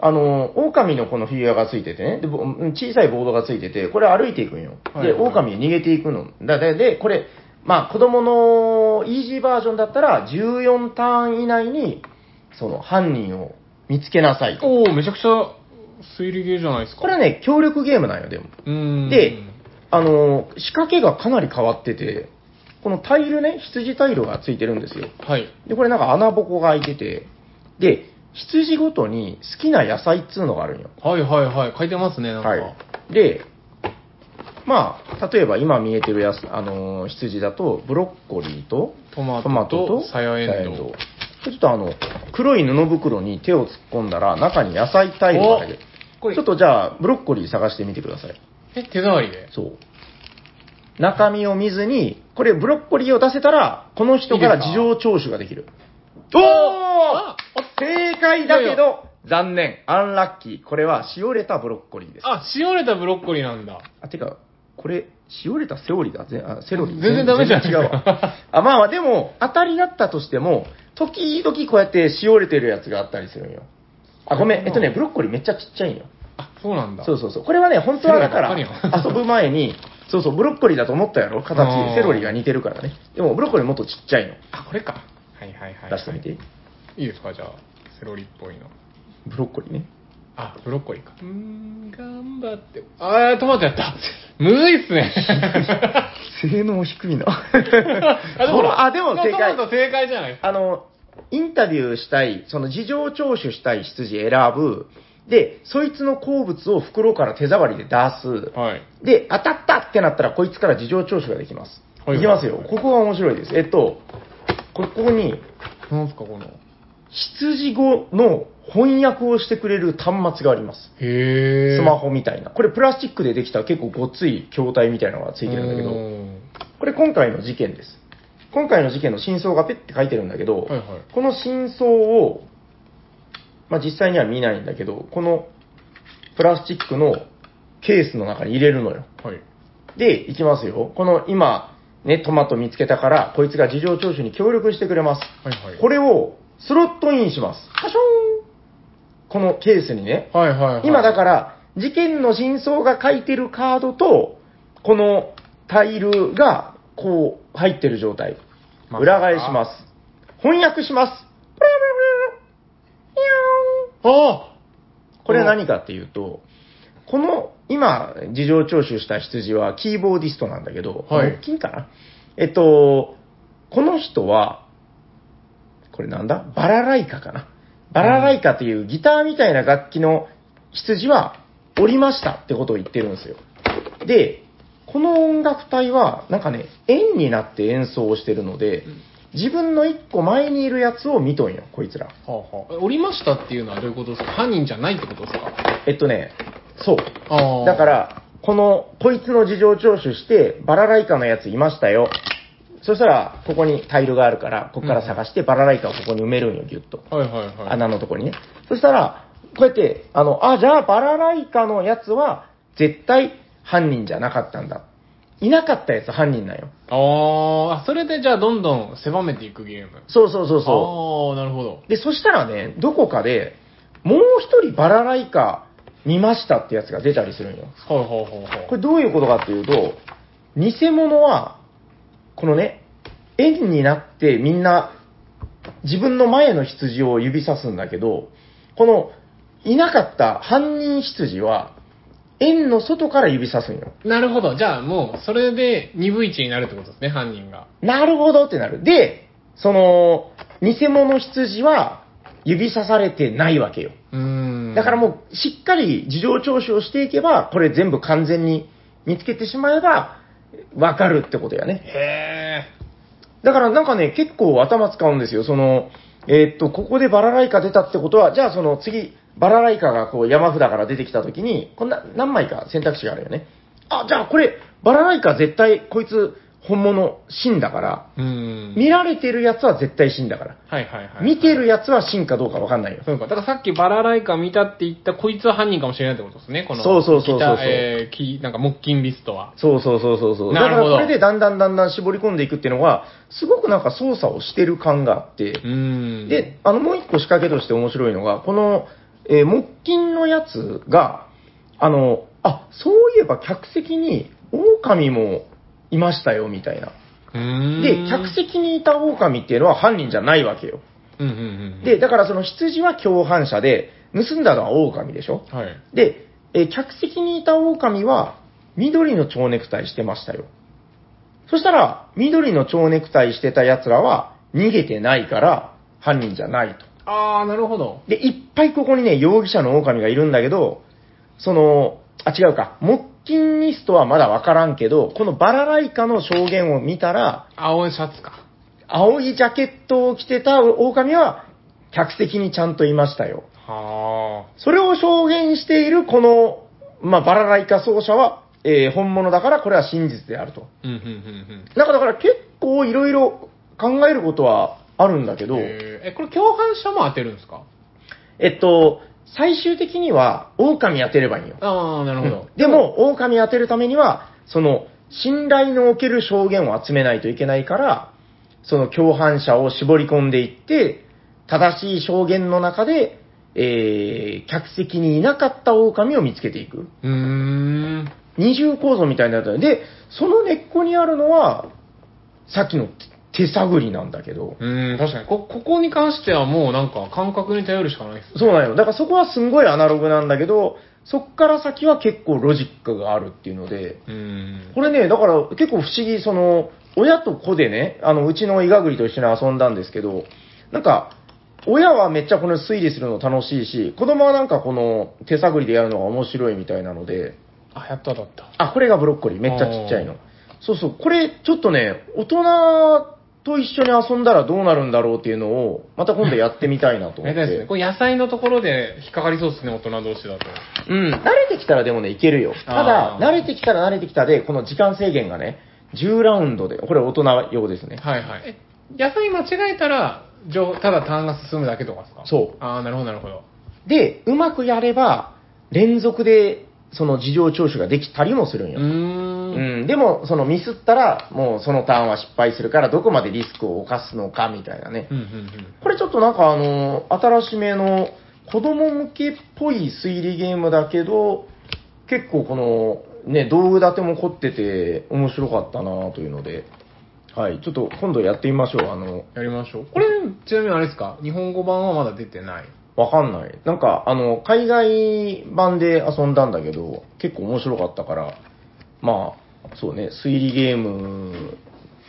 B: あの、狼のこのフィギュアがついててね、でぼうん小さいボードがついてて、これ歩いていくんよ。
A: はい
B: で、
A: はい
B: 狼逃げていくの。だで、で、これ、まあ子供のイージーバージョンだったら14ターン以内に、その犯人を見つけなさいと。
A: おー、めちゃくちゃ推理ゲーじゃないですか。
B: これはね、協力ゲームなんよ、でも。
A: うん。
B: であのー、仕掛けがかなり変わってて、このタイルね、羊タイルがついてるんですよ。
A: はい。
B: で、これなんか穴ぼこが開いてて、で、羊ごとに好きな野菜っつうのがあるんよ。
A: はいはいはい。書いてますね、なんか。
B: はい。で、まあ、例えば今見えてるやす、あのー羊だと、ブロッコリーと、
A: トマ
B: トマ
A: ト
B: トと
A: と、サヤエ
B: サ
A: ンドウ。
B: ちょっとあの、黒い布袋に手を突っ込んだら、中に野菜タイルが入る。
A: これ
B: ちょっとじゃあ、ブロッコリー探してみてください。
A: え、手触りで。
B: そう。中身を見ずに、これブロッコリーを出せたら、この人から事情聴取ができる。おー
A: あ
B: 正解だけど、残念。アンラッキー。これはしおれたブロッコリーです。
A: あ、しおれたブロッコリーなんだ。
B: あ、てか、これ、しおれたセオリだぜ。あ、セロリ。
A: 全然ダメじゃん
B: 全然違うわ。あ、まあまあ、でも、当たりだったとしても、時々こうやってしおれてるやつがあったりするんよ。あ、ごめん。えっとね、ブロッコリーめっちゃちっちゃいんよ。
A: あ、そうなんだ。
B: そうそうそう。これはね、本当はだか
A: セ
B: ら、
A: ロリばっかりやん
B: 遊ぶ前に、そうそう、ブロッコリーだと思ったやろ
A: あ
B: 形。
A: ー
B: セロリが似てるからね。でも、ブロッコリーもっとちっちゃいの。
A: あ、これか。はいはいはい、はい。
B: 出してみて。
A: いいですか、じゃあ、セロリっぽいの。
B: ブロッコリーね。
A: あ、ブロッコリーか。うーん、頑張って。あー、トマトやった。 むずいっす ね。
B: 性能低いな。
A: ほ
B: ほら
A: ら
B: あ、でも正解
A: トマ。ト正解じゃないですか。
B: あの、インタビューしたい、その事情聴取したい羊選ぶ。で、そいつの好物を袋から手触りで出す。
A: はい。
B: で、当たったってなったら、こいつから事情聴取ができます。
A: はい
B: いきますよ。ここが面白いです。えっと、ここに、
A: なんすか、この。
B: 羊語の翻訳をしてくれる端末があります。
A: へー。
B: スマホみたいな。これプラスチックでできた結構ごっつい筐体みたいなのがついてるんだけ
A: う
B: ど、
A: ん
B: これ今回の事件です。今回の事件の真相がペッて書いてるんだけど、
A: はいはい。
B: この真相を、まあ、実際には見ないんだけど、このプラスチックのケースの中に入れるのよ。
A: はい。
B: で、いきますよ。この今、ね、トマト見つけたから、こいつが事情聴取に協力してくれます。
A: はいはい。
B: これをスロットインします。カショーンこのケースにね。
A: はいはいはい。
B: 今だ
A: ら。
B: から、事件の真相が書いてるカードと、このタイルが、こう、入ってる状態。
A: まあ
B: 裏返します。翻訳します。
A: あ
B: これは何かっていうと、この、今、事情聴取した羊はキーボーディストなんだけど、
A: はい
B: 大きいかなえっと、この人は、これなんだバラライカかなバラライカというギターみたいな楽器の羊は、おりましたってことを言ってるんですよ。で、この音楽隊は、なんかね、円になって演奏をしてるので、自分の一個前にいるやつを見とんよ、こいつら。
A: あ。はあはあ。え降りましたっていうのはどういうことですか犯人じゃないってことですか
B: えっとね、そう。
A: ああ。
B: だか、ら、この、こいつの事情聴取して、バラライカのやついましたよ。そしたら、ここにタイルがあるから、ここから探して、バラライカをここに埋めるんよ、ぎゅっと。
A: はいはいはい。
B: 穴のとこにね。そしたら、こうやって、あの、あ、じゃあ、バラライカのやつは、絶対、犯人じゃなかったんだ。いなかったやつ犯人なんよ。
A: あー、それでじゃあどんどん狭めていくゲーム。
B: そうそうそうそう。
A: あー、なるほど。
B: で、そしたらね、どこかで、もう一人バラライカ見ましたってやつが出たりするんよ。
A: はいはいはいはい。
B: これどういうことかっていうと、偽物は、このね、円になってみんな自分の前の羊を指さすんだけど、このいなかった犯人羊は、円の外から指さすんよ。
A: なるほど。じゃあもう、それで二分一になるってことですね、犯人が。
B: なるほどってなる。で、その、偽物羊は指さされてないわけよ。
A: うーん。
B: だからもう、しっかり事情聴取をしていけば、これ全部完全に見つけてしまえば、わかるってことやね。
A: へ
B: だからなんかね、結構頭使うんですよ。その、えーっと、ここでバラライカ出たってことは、じゃあその次、バラライカがこう山札から出てきたときに、こんな、何枚か選択肢があるよね。あ、じゃあこれ、バラライカ絶対、こいつ、本物、真だから、
A: ー。うーん。
B: 見られてるやつは絶対真だから、
A: はいはいはい。
B: 見てるやつは真かどうかわかんないよ。
A: そうか。だからさっきバラライカ見たって言った、こいつは犯人かもしれないってことですね、この。
B: そうそうそ
A: ギ
B: うそうそう
A: ターえー、きなんか木琴リストは。
B: そうそうそうそうそう。だか
A: なる
B: ら
A: ほど
B: これでだんだんだんだん絞り込んでいくっていうのが、すごくなんか操作をしてる感があって、
A: うーん。
B: で、、あの、もう一個仕掛けとして面白いのが、この、えー木琴のやつが、あの、あ、そういえば客席に狼もいましたよ、みたいな。
A: うーん。
B: で、客、席にいた狼っていうのは犯人じゃないわけよ。
A: うんうんうん。
B: で、、だからその羊は共犯者で、盗んだのは狼でしょ
A: はい。
B: で、えー客席にいた狼は、緑の蝶ネクタイしてましたよ。そしたら、緑の蝶ネクタイしてた奴らは、逃げてないから、犯人じゃないと。
A: あー、なるほど。
B: で、いっぱいここにね、容疑者の狼がいるんだけど、その、あ、違うか、木琴リストはまだわからんけど、このバラライカの証言を見たら、
A: 青いシャツか。青
B: 青いジャケットを着てた狼は、客席にちゃんといましたよ。
A: は
B: それを証言しているこの、まあ、バラライカ奏者は、えー本物だからこれは真実であると。
A: ー。うんうんうん
B: なんかだから結構いろいろ考えることはあるんだけ
A: うん。
B: ど、
A: えーえ、これ共犯者も当てるんですか
B: えっと、最終的には、狼当てればいいんよ。
A: ああ、なるほど。
B: でも、狼当てるためには、その、信頼のおける証言を集めないといけないから、その共犯者を絞り込んでいって、正しい証言の中で、えー、客席にいなかった狼を見つけていく。
A: うーん。
B: 二重構造みたいになったので、その根っこにあるのは、さっきの手手探りなんだけど、
A: うーん、確かに。こ、ここに関してはもうなんか感覚に頼るしかないです。
B: そうなんよ。だからそこはすんごいアナログなんだけど、そっから先は結構ロジックがあるっていうので、
A: うーん。
B: これね、だから結構不思議、その、親と子でね、あの、うちのイガグリと一緒に遊んだんですけど、なんか、親はめっちゃこの推理するの楽しいし、子供はなんかこの手探りでやるのが面白いみたいなので、
A: あ、やっただった。
B: あ、これがブロッコリー、めっちゃちっちゃい
A: あ
B: の。そうそう、これちょっとね、大人と一緒に遊んだらどうなるんだろうっていうのを、また今度やってみたいなと
A: あ
B: 思っ
A: れ
B: て。
A: ですね。これ野菜のところで引っかかりそうですね、大人同士だと。
B: うん、慣れてきたらでもね、いけるよ。ただ
A: あ、ー
B: 慣れてきたら慣れてきたで、この時間制限がね、10ラウンドで、これ大人用ですね。
A: はいはい。え、野菜間違えたら、上ただ単が進むだけとかですか
B: そう
A: ああ、なるほど、なるほど。
B: で、うまくやれば、連続で、その事情聴取ができたりもするん
A: う
B: よ。
A: ーん。
B: うん、でも、そのミスったら、もうそのターンは失敗するから、どこまでリスクを犯すのか、みたいなね。
A: うん、うん、
B: これちょっとなんかあの、新しめの子供向けっぽい推理ゲームだけど、結構この、ね、道具立ても凝ってて面白かったなというので、はい、ちょっと今度やってみましょう。あの、
A: やりましょう。これ、ちなみにあれですか日本語版はまだ出てない。
B: わかんない。なんか、あの、海外版で遊んだんだけど、結構面白かったから、まあ、そうね、推理ゲーム、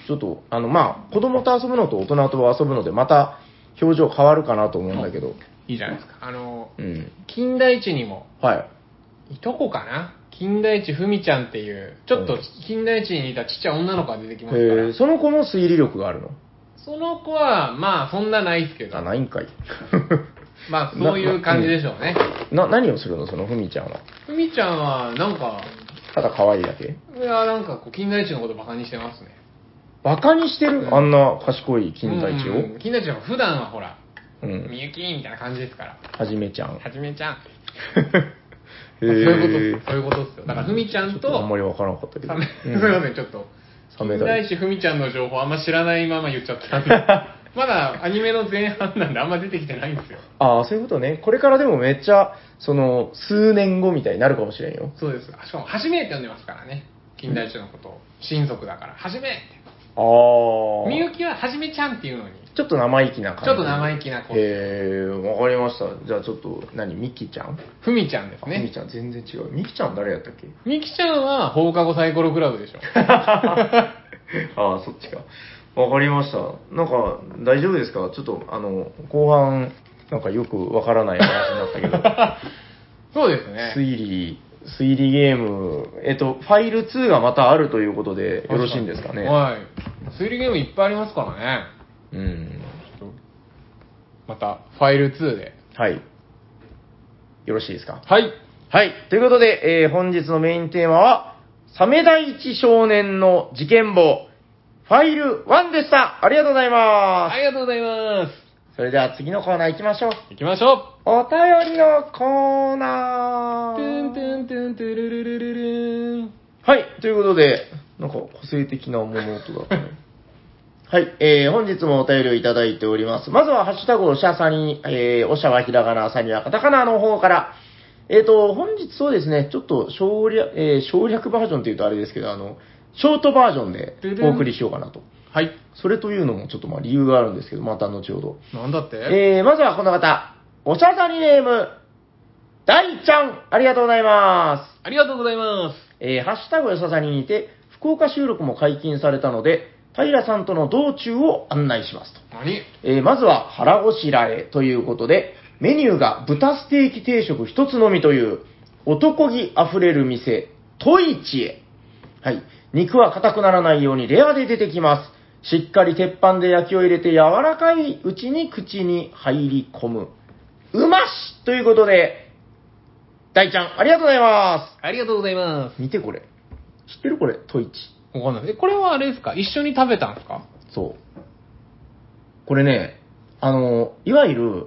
B: ちょっと、あの、まあ、子供と遊ぶのと大人と遊ぶので、また表情変わるかなと思うんだけど、
A: いいじゃないですか。あの、
B: うん。
A: 金田一にも、
B: はい。
A: いとこかな金田一ふみちゃんっていう、ちょっ
B: う
A: と
B: ん
A: 金田一に似たちっちゃい女の子が出てきますか
B: え
A: ら
B: ー、、その子も推理力があるの
A: その子は、まあそんなないですけど
B: あ、、ないんかい。
A: まあそういう感じでしょうね。
B: な、何をするのそのふみちゃんは。
A: ふみちゃんは、なんか、
B: ただ可愛いだけ
A: いや、なんかこう、金田一のことバカにしてますね。
B: バカにしてるあんな賢い金田一を。
A: うん金田一は普段はほら、
B: うん。
A: みゆきみたいな感じですから、
B: はじめちゃん。
A: はじめちゃん。
B: へ
A: そういうこ
B: ー
A: と、そういうことっすよ。だからふみちゃん
B: ちょっ
A: と
B: あん、まりわからなかったけど。
A: サ
B: う
A: メ すい
B: ん
A: ません、ちょっと。
B: サメ
A: 金
B: だ
A: 田一ふみちゃんの情報あんま知らないまま言っちゃ ったんで。まだアニメの前半なんであんま出てきてないんですよ。
B: ああ、そういうことね。これからでもめっちゃ、その、数年後みたいになるかもしれんよ。
A: そうです。あしかも、はじめって呼んでますからね。金田一のことを。親族だから。はじめって。
B: ああ。
A: みゆきははじめちゃんっていうのに。
B: ちょっと生意気な感じ。
A: ちょっと生意気な子
B: へえ、わかりました。じゃあちょっと、何ミキちゃん
A: ふみちゃんです
B: あミキ
A: ね。
B: ちゃん全然違う。ミキちゃん誰やったっ け
A: みきちゃんは放課後サイコロクラブでし ょ。
B: ああ、そっちか。わかりました。なんか、大丈夫ですかちょっと、あの、後半、なんかよくわからない話にな った
A: そうです
B: けど、
A: ね。
B: 推理、推理ゲーム、えっと、ファイル2がまたあるということで、よろしいんですかね。
A: はい。推理ゲームいっぱいありますからね。
B: うん。
A: ちょっとまた、ファイル2で。
B: はい。よろしいですか
A: はい。
B: はい。ということで、えー本日のメインテーマは、サメ第一少年の事件簿、ファイル1でした。ありがとうございます。
A: ありがとうございます。
B: それでは次のコーナー行きましょう。
A: 行きましょう
B: お便りのコーナー。
A: トゥントゥントゥントゥルルルルルーン。
B: はい、ということで、なんか個性的な物音だったね。はい、えー、本日もお便りをいただいております。まずは、ハッシュタグおしゃさに、えー、おしゃはひらがな、さにはカタカナの方から、えーと、本日そうですね、ちょっと省略、えー省略バージョンというとあれですけど、あの、ショートバージョンでお送りしようかなと。
A: はい。
B: それというのもちょっとまあ理由があるんですけど、また後ほど。
A: なんだって
B: えー、まずはこの方、おしゃさにネーム、大ちゃん、ありがとうございます。
A: ありがとうございます。
B: えーハッシュタグよささににて、福岡収録も解禁されたので、平さんとの道中を案内しますと。
A: 何
B: えーまずは腹ごしらえということで、メニューが豚ステーキ定食一つのみという、男気あふれる店、トイチへ。はい。肉は硬くならないようにレアで出てきます。しっかり鉄板で焼きを入れて柔らかいうちに口に入り込む。うましということで、大ちゃん、ありがとうございます。
A: ありがとうございま
B: 見てこれ。知ってるこれ、トイチ。
A: す。わかんない。え、これはあれですか一緒に食べたんですか
B: そう。これね、あの、いわゆる、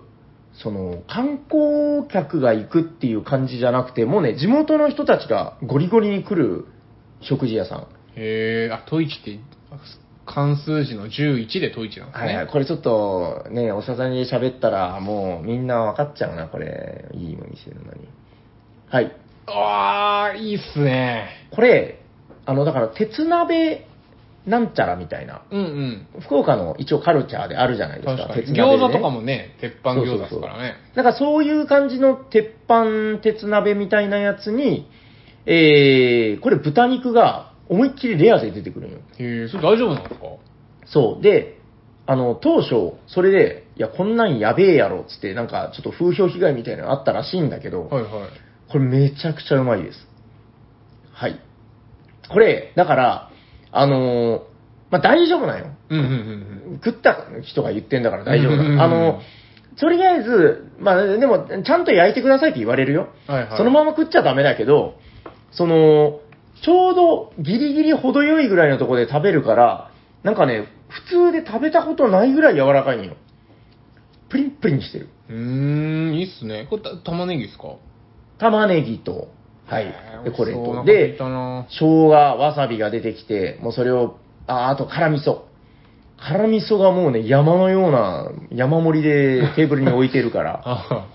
B: その、観光客が行くっていう感じじゃなくて、もうね、地元の人たちがゴリゴリに来る食事屋さん。
A: へえ、あ、トイチって、関数字の11でトイチなんです
B: はい
A: ね。
B: はい、これちょっとね、おささに喋ったら、もうみんなわかっちゃうな、これ。いいお店なのに。はい。
A: ああ、いいっすね。
B: これ、あの、だから、鉄鍋なんちゃらみたいな。
A: うんうん。
B: 福岡の一応カルチャーであるじゃないです
A: 確
B: か。
A: か
B: 鉄
A: に。
B: 鍋
A: 餃
B: で
A: 子
B: ね
A: とかもね、鉄板餃子ですからね。
B: なんかそういう感じの鉄板、鉄鍋みたいなやつに、えー、これ豚肉が思いっきりレアで出てくるのよ。
A: へえ、それ大丈夫なんですか
B: そう。で、あの、当初、それで、いや、こんなんやべえやろ、つって、なんか、ちょっと風評被害みたいなのあったらしいんだけど、
A: はいはい。
B: これめちゃくちゃうまいです。はい。これ、だから、あのーまあ、大丈夫なんよ。
A: うんうんうん
B: 食った人が言ってんだから大丈夫
A: うんうんうん
B: だ。あの、とりあえず、まあ、でも、ちゃんと焼いてくださいって言われるよ。
A: うん。はいはい。
B: そのまま食っちゃダメだけど、その、ちょうどギリギリ程よいぐらいのところで食べるから、なんかね、普通で食べたことないぐらい柔らかいのよ。プリンプリンしてる。
A: うーん、いいっすね。これた、玉ねぎですか
B: 玉ねぎと、はい
A: へー。
B: で、これ
A: 美味しそうな
B: と。
A: んか聞い
B: で、
A: たな
B: 生姜、わさびが出てきて、もうそれを、あ、あと辛味噌。辛味噌がもうね、山のような、山盛りでテーブルに置いてるから。
A: あ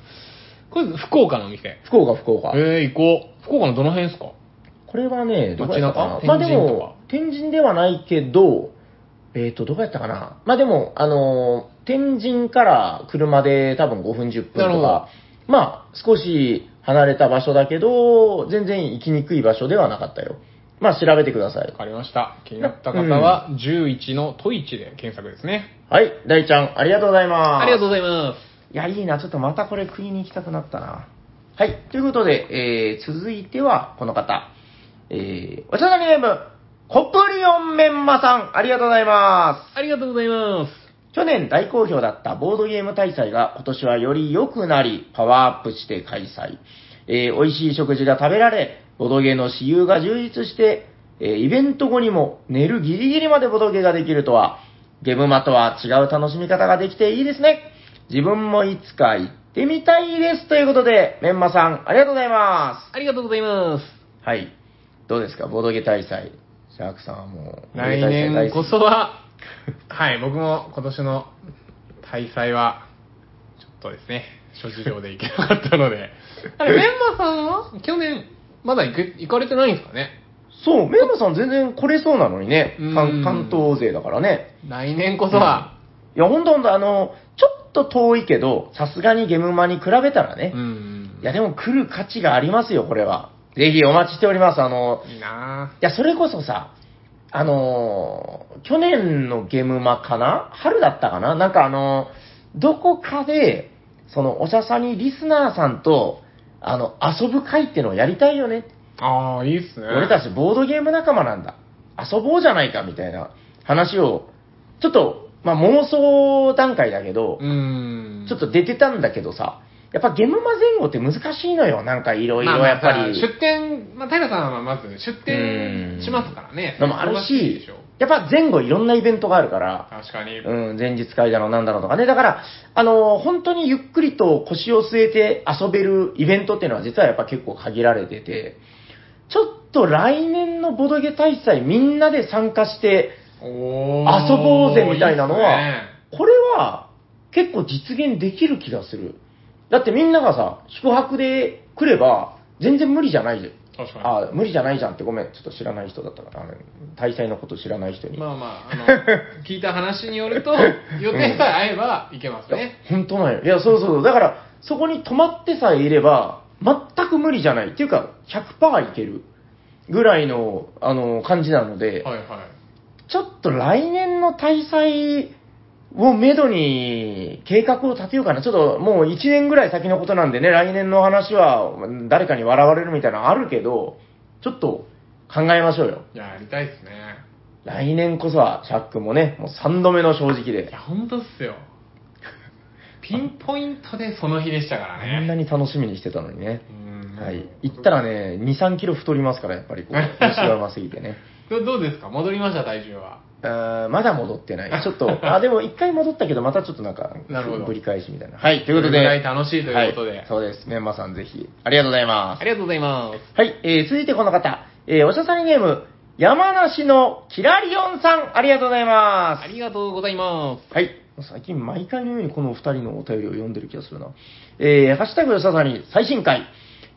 A: これ、福岡のお店。
B: 福岡、福岡。
A: ええ、行こう。福岡のどの辺ですか
B: これはね、どこやったかな
A: 街中
B: まあ
A: 天
B: で
A: 神とか
B: も、天神ではないけど、えっ、と、どこやったかなまあでも、あのー、天神から車で多分5分10分
A: なるほ
B: と
A: ど
B: か、まあ少し離れた場所だけど、全然行きにくい場所ではなかったよ。まあ調べてください
A: わ。かりました。気になった方は、11のトイチで検索ですね。
B: はい、大ちゃん、ありがとうございます。
A: ありがとう
B: う。
A: ございます。
B: いや、いいな、ちょっとまたこれ食いに行きたくなったな。はい、ということで、えー、続いてはこの方。えー、おしゃべりネーム、コプリオンメンマさん、ありがとうございます。
A: ありがとうございます。
B: 去年大好評だったボードゲーム大祭が今年はより良くなり、パワーアップして開催。えー美味しい食事が食べられ、ボドゲの私有が充実して、えーイベント後にも寝るギリギリまでボドゲができるとは、ゲムマとは違う楽しみ方ができていいですね。自分もいつか行ってみたいです。ということで、メンマさん、ありがとうございま
A: ありがとうございます。
B: す。はい。どうですか、ボドゲ大祭。シャークさんはもう、
A: 来年こそ は、はい、僕も今年の大祭は、ちょっとですね、諸事情で行けなかったので。 あれ、メンマさんは 去年、まだ行く行かれてないんですかね
B: そう、メンマさん全然来れそうなのにね。
A: うん
B: 関関東勢だからね。
A: 来年こそは、
B: いや、ほんとほんと、あの、ちょっと遠いけど、さすがにゲムマに比べたらね。
A: うん
B: いや、でも来る価値がありますよ、これは。ぜひお待ちしております。あの、
A: いいない
B: や、それこそさ、あのー去年のゲムマかな春だったかななんかあのーどこかで、その、おしゃさにリスナーさんと、あの、遊ぶ会ってのをやりたいよね。
A: ぁああ、いいっすね。
B: 俺たちボードゲーム仲間なんだ。遊ぼうじゃないかみたいな話を、ちょっと、まあ、妄想段階だけど
A: う、ん。
B: ちょっと出てたんだけどさ、やっぱゲムマ前後って難しいのよ。なんかいろいろ
A: まあまあ
B: やっぱり。
A: さ出店、まあ、平さんはまず出
B: う
A: 店
B: ん
A: しますからね。
B: のもある
A: 忙いで
B: し
A: しょ、
B: やっぱ前後いろんなイベントがあるから、
A: 確かに。
B: うん、前日会だのなんだのとかね。だから、あのー本当にゆっくりと腰を据えて遊べるイベントっていうのは実はやっぱ結構限られてて、ちょっと来年のボドゲ大祭みんなで参加して、
A: おー
B: 遊ぼうぜみたいなのは、
A: いいっ
B: これは結構実現できる気がする。だってみんながさ、宿泊で来れば、全然無理じゃないじゃん。
A: すね確か
B: あ、無理じゃないじゃんってごめん、ちょっと知らない人だったから、あの、大祭のこと知らない人
A: に。
B: に。
A: まあまあ、あ の、聞いた話によると、予定さえ合えばいけます
B: いや
A: ね。
B: 本当なんよ。いや、そうそうそう。だから、そこに泊まってさえいれば、全く無理じゃない。っていうか、100%いける。ぐらいの、あの、感じなので、
A: はいはい。
B: ちょっと来年の大祭をめどに計画を立てようかな。ちょっともう1年ぐらい先のことなんでね、来年の話は誰かに笑われるみたいなのあるけど、ちょっと考えましょうよ。
A: いや、やりたいっすね。
B: 来年こそは、シャックもね、もう3度目の正直
A: い
B: で
A: や、、ほんとっすよ。ピンポイントでその日でしたから
B: あんな
A: ね。
B: に楽しみにしてたのにね。
A: うん
B: はい。行ったらね、2、3キロ太りますから、やっぱりこう、西山すぎてね。
A: どどうですか戻りました、体重は。
B: あーまだ戻ってない。ちょっと、あ、でも一回戻ったけど、またちょっとなんか、
A: なるほど
B: ぶり返しみたいな。はい、ということ
A: それ
B: で。
A: ぐらい楽しいということで
B: はそうです。メンマさんぜひ、ありがとうございます
A: あ。りがとうございます。
B: はい、えー、続いてこの方、えー、おしゃさりネーム、山梨のキラリオンさん、ありがとうございま。
A: ありがとうございます
B: はい。最近毎回のようにこのお二人のお便りを読んでる気がするな。えー、ハッシュタグよささり最新回。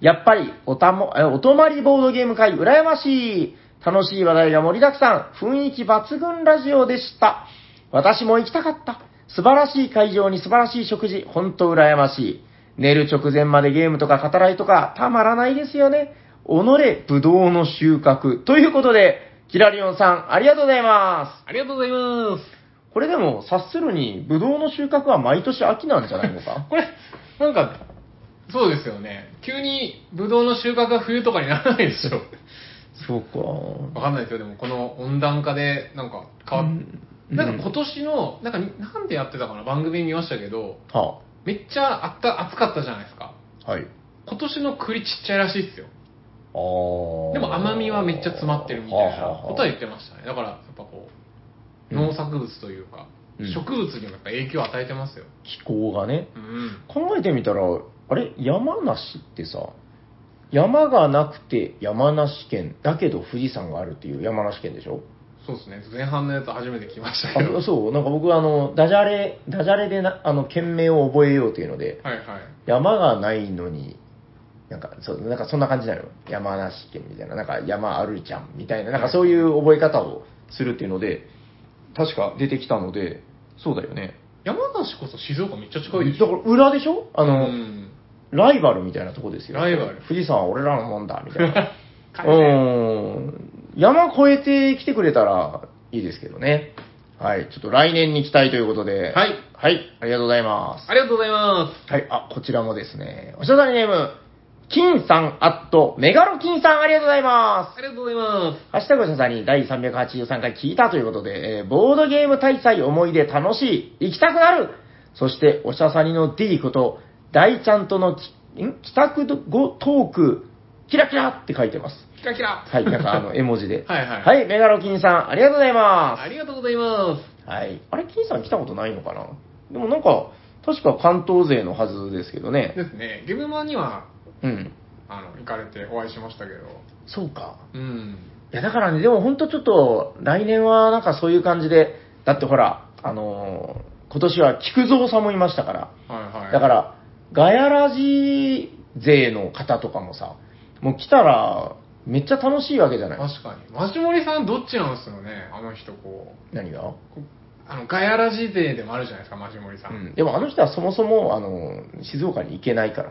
B: やっぱりおたも、えーお泊まりボードゲーム会、羨ましい。楽しい話題が盛りだくさん。雰囲気抜群ラジオでした。私も行きたかった。素晴らしい会場に素晴らしい食事。ほんと羨ましい。寝る直前までゲームとか語らいとか、たまらないですよね。己、ぶどうの収穫。ということで、キラリオンさん、ありがとうございます。
A: ありがとうございます。
B: これでも、察するに、ブドウの収穫は毎年秋なんじゃないのか
A: これ、なんか、そうですよね。急にブドウの収穫が冬とかにならないでし ょ。
B: そうか。
A: わかんないですよ、でもこの温暖化で、なんか変わっ、
B: うん
A: なんか今年の、なんかに、なんでやってたかな、番組見ましたけど、
B: は
A: めっちゃあった暑かったじゃないですか。
B: あ、はい。
A: 今年の栗ちっちゃいらしいですよ。
B: あー
A: でも甘みはめっちゃ詰まってるみたいなことは言ってましたね。だから、やっぱこう、
B: うん
A: 農作物というか、
B: うん
A: 植物にもやっぱ影響を与えてますよ。
B: 気候がね。
A: うん。
B: 考えてみたら、あれ、山梨ってさ、山がなくて山梨県、だけど富士山があるっていう山梨県でしょ
A: そうですね。前半のやつ初めて聞きましたけど。
B: あそう、なんか僕、あの、ダジャレ、ダジャレでな、あの、県名を覚えようというので、
A: はいはい。
B: 山がないのに、なんか、そう、なんかそんな感じなのよ。山梨県みたいな、なんか山あるじゃんみたいな、なんかそういう覚え方をするっていうので、確か出てきたので、そうだよね。
A: 山梨こそ静岡めっちゃ
B: だ
A: 近
B: か
A: いでしょ。
B: ら裏でしょあの、
A: うん。
B: ライバルみたいなとこですよ。
A: ライバル
B: 富士山は俺らのもんだ、みた いな。
A: 感
B: う
A: じね
B: ん。山越えてきてくれたらいいですけどね。はい。ちょっと来年に期待ということで。
A: はい。
B: はい。ありがとうございます。
A: ありがとうございま
B: はい、あ、こちらもですね、おしゃだりネーム、金さんアット、メガロ金さん、ありがとうございます
A: す。。ありがとうございま
B: ハッシュタグおしゃさに第383回聞いたということで、えーボードゲーム大祭思い出楽しい、行きたくなるそして、おしゃさにの D こと、大ちゃんとのき、ん帰宅後トーク、キラキラって書いてます。
A: す。キラキラ。
B: はい、なんか あの、絵文字で。
A: はいはい
B: はい、メガロ金さん、ありがとうございます。
A: ありがとうございます。
B: はい。あれ、金さん来たことないのかなでもなんか、確か関東勢のはずですけどね。
A: ですね、ゲームマンには
B: うん。
A: あの行かれてお会いしましたけど、
B: そうか。
A: うん、
B: いや、だからね、でも本当ちょっと、来年はなんかそういう感じで、だってほら、あのー今年は菊蔵さんもいましたから、
A: はいはい。
B: だから、ガヤラジ勢の方とかもさ、もう来たら、めっちゃ楽しいわけじゃない
A: 確かに、マジモリさん、どっちなんですよね、あの人こ
B: 何が
A: う、こあのガヤラジ勢でもあるじゃないですか、マジモリさ。
B: うんん。でもあの人はそもそも、あのー静岡に行けないか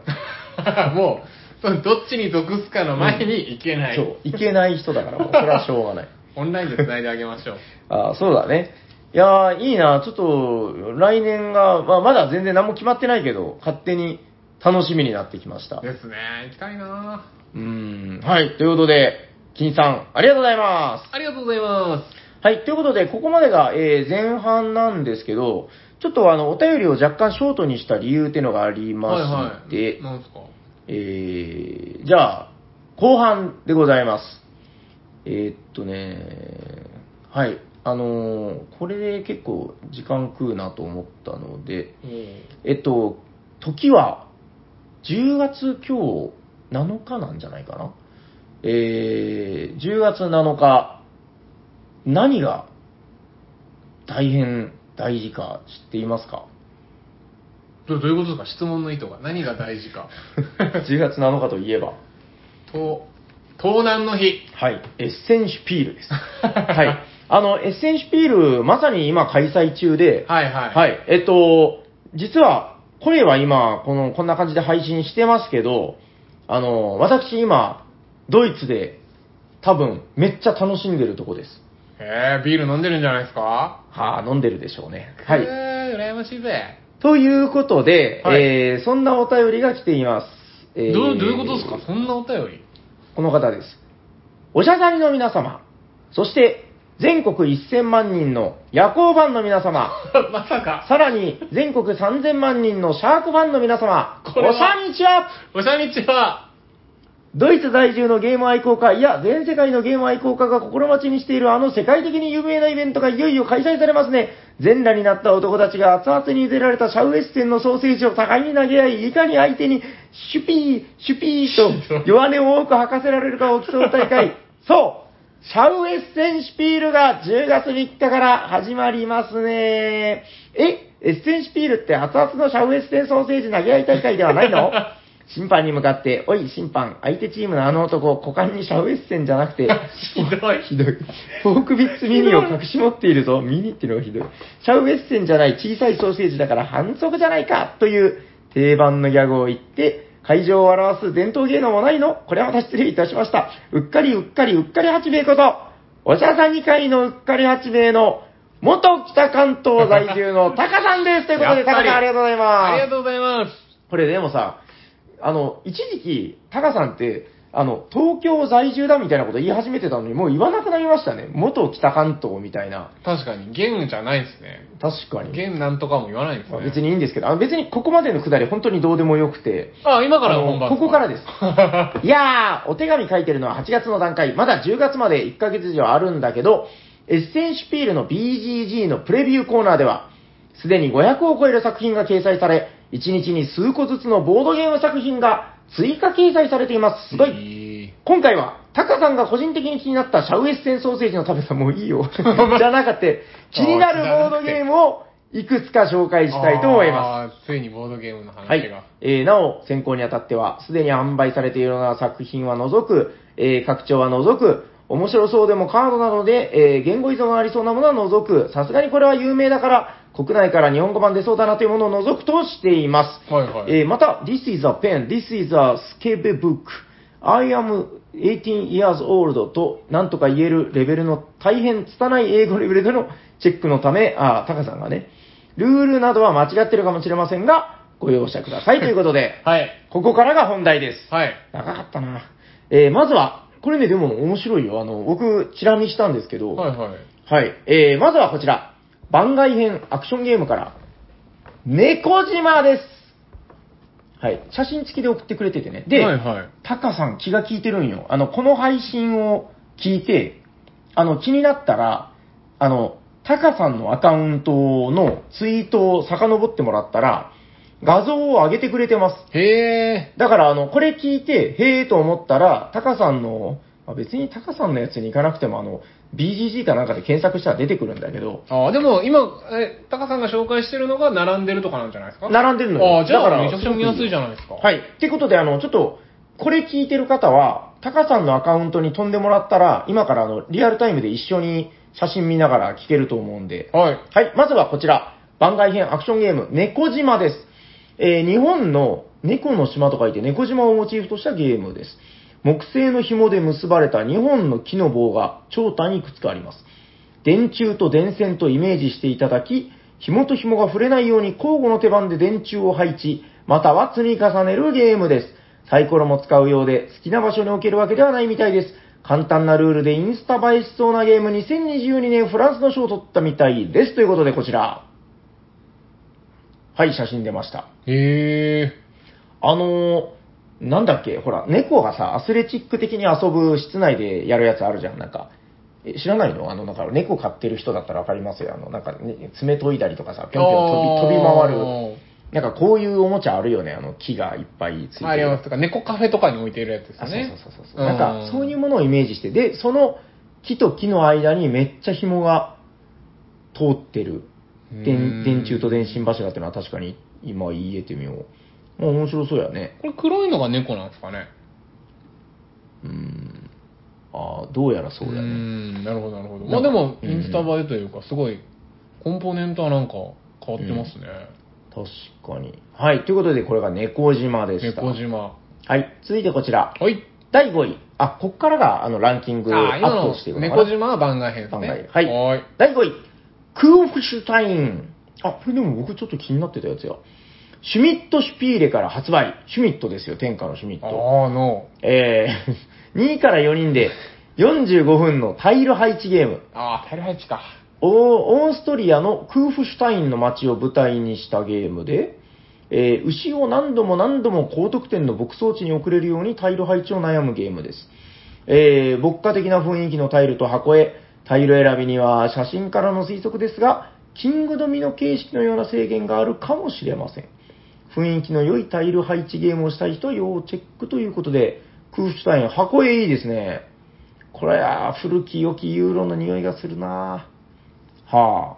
B: ら。
A: もう、そのどっちに属すかの前に行けない、
B: そう、行けない人だから、もうそれはしょうがない。
A: オンラインで繋いであげましょう。
B: あーそうだね。いやー、いいな、ちょっと、来年が、まあ、まだ全然何も決まってないけど、勝手に楽しみになってきました。う
A: ですね、行きたいな
B: ーん、はい。ということで、金さん、ありがとうございま
A: ありがとうございます。
B: す。はい。ということで、ここまでが、えー前半なんですけど、ちょっとあの、お便りを若干ショートにした理由っていうのがありまして、
A: はいはい。なんですか
B: えー、じゃあ、後半でございます。えー、っとね、はい。あのーこれで結構時間食うなと思ったので、
A: おー
B: えっと、時は10月今日7日なんじゃないかな。えー、10月7日、何が大変大事か知っていますか
A: どどういうことですか質問の意図が何が大 事か
B: ?10 月7日といえば、
A: と盗難の日
B: はい、エッセンシュピールです。はい。あの、エッセンシュピール、まさに今開催中で、
A: はいはい。
B: はい、えっと、実は、声は今、この、こんな感じで配信してますけど、あの、私今、ドイツで、多分、めっちゃ楽しんでるとこです。
A: えー、ビール飲んでるんじゃないですか
B: はあ、飲んでるでしょうね。はい。
A: えー、羨ましいぜ。
B: ということで、
A: はい
B: えーそんなお便りが来ています。えー
A: どうどういうことですかそんなお便 り
B: この方です。おしゃさりの皆様、そして全国1000万人の夜行版の皆様、
A: まさか。
B: さらに全国3000万人のシャーク版の皆様、
A: これは
B: おしゃにちは
A: おしゃみちは、
B: ドイツ在住のゲーム愛好家、いや、全世界のゲーム愛好家が心待ちにしているあの世界的に有名なイベントがいよいよ開催されますね。全裸になった男たちが熱々に茹でられたシャウエッセンのソーセージを互いに投げ合い、いかに相手にシュピー、シュピーと 弱音を多く吐かせられるかを競う大会。そうシャウエッセンシュピールが10月3日から始まりますね。えエッセンシュピールって熱々のシャウエッセンソーセージ投げ合い大会ではないの審判に向かって、おい、審判、相手チームのあの男、股間にシャウエッセンじゃなくて、
A: ひどい。
B: ひどい。フォークビッツミニを隠し持っているぞ。ミニっていうのがひどい。シャウエッセンじゃない小さいソーセージだから反則じゃないかという定番のギャグを言って、会場を表す伝統芸能もないのこれはまた失礼いたしました。うっかりうっかりうっかり八名こと、おしゃさん2回のうっかり八名の元北関東在住のタカさんです。ということで、
A: やっ
B: タ
A: ぱ
B: カ
A: り
B: さんありがとうございます。
A: ありがとうございます。
B: これでもさ、あの、一時期、タカさんって、あの、東京在住だみたいなこと言い始めてたのに、もう言わなくなりましたね。元北関東みたいな。
A: 確かに、ゲンじゃないですね。
B: 確かに。
A: ゲンなんとかも言わないです
B: まあ
A: ね。
B: 別にいいんですけど、あの別にここまでのくだり本当にどうでもよくて、
A: あ、今から本番
B: あのここからです
A: はい
B: やー、お手紙書いてるのは8月の段階、まだ10月まで1ヶ月以上あるんだけど、エッセンシュピールの BGG のプレビューコーナーでは、すでに500を超える作品が掲載され、1日に数個ずつのボードゲーム作品が追加掲載されています。すごい
A: い。
B: 今回は、タカさんが個人的に気になったシャウエッセンソーセージの食べさもうい いよ。じゃなくて、気になるボードゲームをいくつか紹介したいと思います。
A: す。ついにボードゲームの
B: は
A: 話
B: い
A: が。。
B: えーなお、選考にあたっては、すでに販売されているような作品は除く、えー拡張は除く、面白そうでもカードなどで、えー言語依存がありそうなものは除く、さすがにこれは有名だから、国内から日本語版出そうだなというものを除くとしています。
A: はいはい
B: えーまた、This is a pen, this is a skebe book, I am 18 years old と、なんとか言えるレベルの大変拙い英語レベルでのチェックのため、あー、タカさんがね、ルールなどは間違ってるかもしれませんが、ご容赦くださいということで、
A: はい。
B: ここからが本題です。
A: はい。
B: 長かったな。えーまずは、これね、でも面白いよ。あの、僕、チラ見したんですけど、
A: はいはい。
B: はい。えー、まずはこちら。番外編アクションゲームから、猫島です。はい。写真付きで送ってくれててね。で、
A: はいはい
B: タカさん気が利いてるんよ。あの、この配信を聞いて、あの、気になったら、あの、タカさんのアカウントのツイートを遡ってもらったら、画像を上げてくれてます。
A: へえ。
B: だから、あの、これ聞いて、へえと思ったら、タカさんの、まあ、別にタカさんのやつに行かなくても、あの、BGG かなんかで検索したら出てくるんだけど、
A: ああ、でも今、え、タカさんが紹介してるのが並んでるとかなんじゃないですか
B: 並んでるのよ
A: ああ、じゃ
B: だか
A: あ
B: ら
A: めちゃくちゃ見やすいじゃないですか。
B: はい。ってことで、あの、ちょっと、これ聞いてる方は、タカさんのアカウントに飛んでもらったら、今からあの、リアルタイムで一緒に写真見ながら聞けると思うんで、
A: はい。
B: はい、まずはこちら。番外編アクションゲーム、猫島です。えー日本の猫の島と書いて猫島をモチーフとしたゲームです。木製の紐で結ばれた2本の木の棒が長短いくつかあります。電柱と電線とイメージしていただき、紐と紐が触れないように交互の手番で電柱を配置、または積み重ねるゲームです。サイコロも使うようで、好きな場所に置けるわけではないみたいです。簡単なルールでインスタ映えしそうなゲーム2022年フランスの賞を取ったみたいです。ということでこちら。はい、写真出ました。
A: へえ。
B: あのーなんだっけ、ほら、猫がさ、アスレチック的に遊ぶ室内でやるやつあるじゃん、なんか。え知らないのあの、なんか、猫飼ってる人だったらわかりますよ。あの、なんか、ね、爪研いだりとかさ、ぴょんぴょん飛び、飛び回る。なんか、こういうおもちゃあるよね、あの、木がいっぱいついてる。
A: ありますとか、猫カフェとかに置いてるやつです
B: あ
A: よ
B: そう
A: ね。
B: そうそうそう。なんか、そういう
A: も
B: ものをイメージして、で、その木と木の間にめっちゃ紐が通ってる。電電柱と電信柱ってのは確かに今言えてみよう。もう面白そうやね。
A: これ黒いのが猫なんですかね。
B: うーん。ああ、どうやらそう
A: う
B: だ
A: ー
B: ね。
A: んなるほど、なるほど。ま
B: なんか
A: あでも、
B: うん
A: インスタ映えというか、すごい、コンポーネントはなんか変わってますね。
B: 確かに。はい。ということで、これが猫島でした。
A: 猫島。
B: はい。続いてこちら。
A: はい。
B: 第5位。あ、こっからが、あの、ランキングア
A: あ、今
B: ップしてい
A: の
B: くのか
A: 猫
B: な。
A: 島は番外編ですね。
B: 番外は
A: は
B: い
A: い。
B: 第5位。クーフシュタイン。あ、これでも僕ちょっと気になってたやつや。シュミットシュピーレから発売。シュミットですよ、天下のシュミッ
A: あ
B: ト。
A: あ、の。
B: えー、2位から4人 で45分のタイル配置ゲーム。
A: ああ、タイル配置か。
B: オーオーストリアのクーフシュタインの街を舞台にしたゲームで、えー牛を何度も何度も高得点の牧草地に送れるようにタイル配置を悩むゲームです。えー、牧歌的な雰囲気のタイルと箱絵、タイル選びには写真からの推測ですが、キングドミノ形式のような制限があるかもしれません。雰囲気の良いタイル配置ゲームをしたい人は要チェックということで、クーフシュタイン、箱絵いいですね。これは古き良きユーロの匂いがするなぁは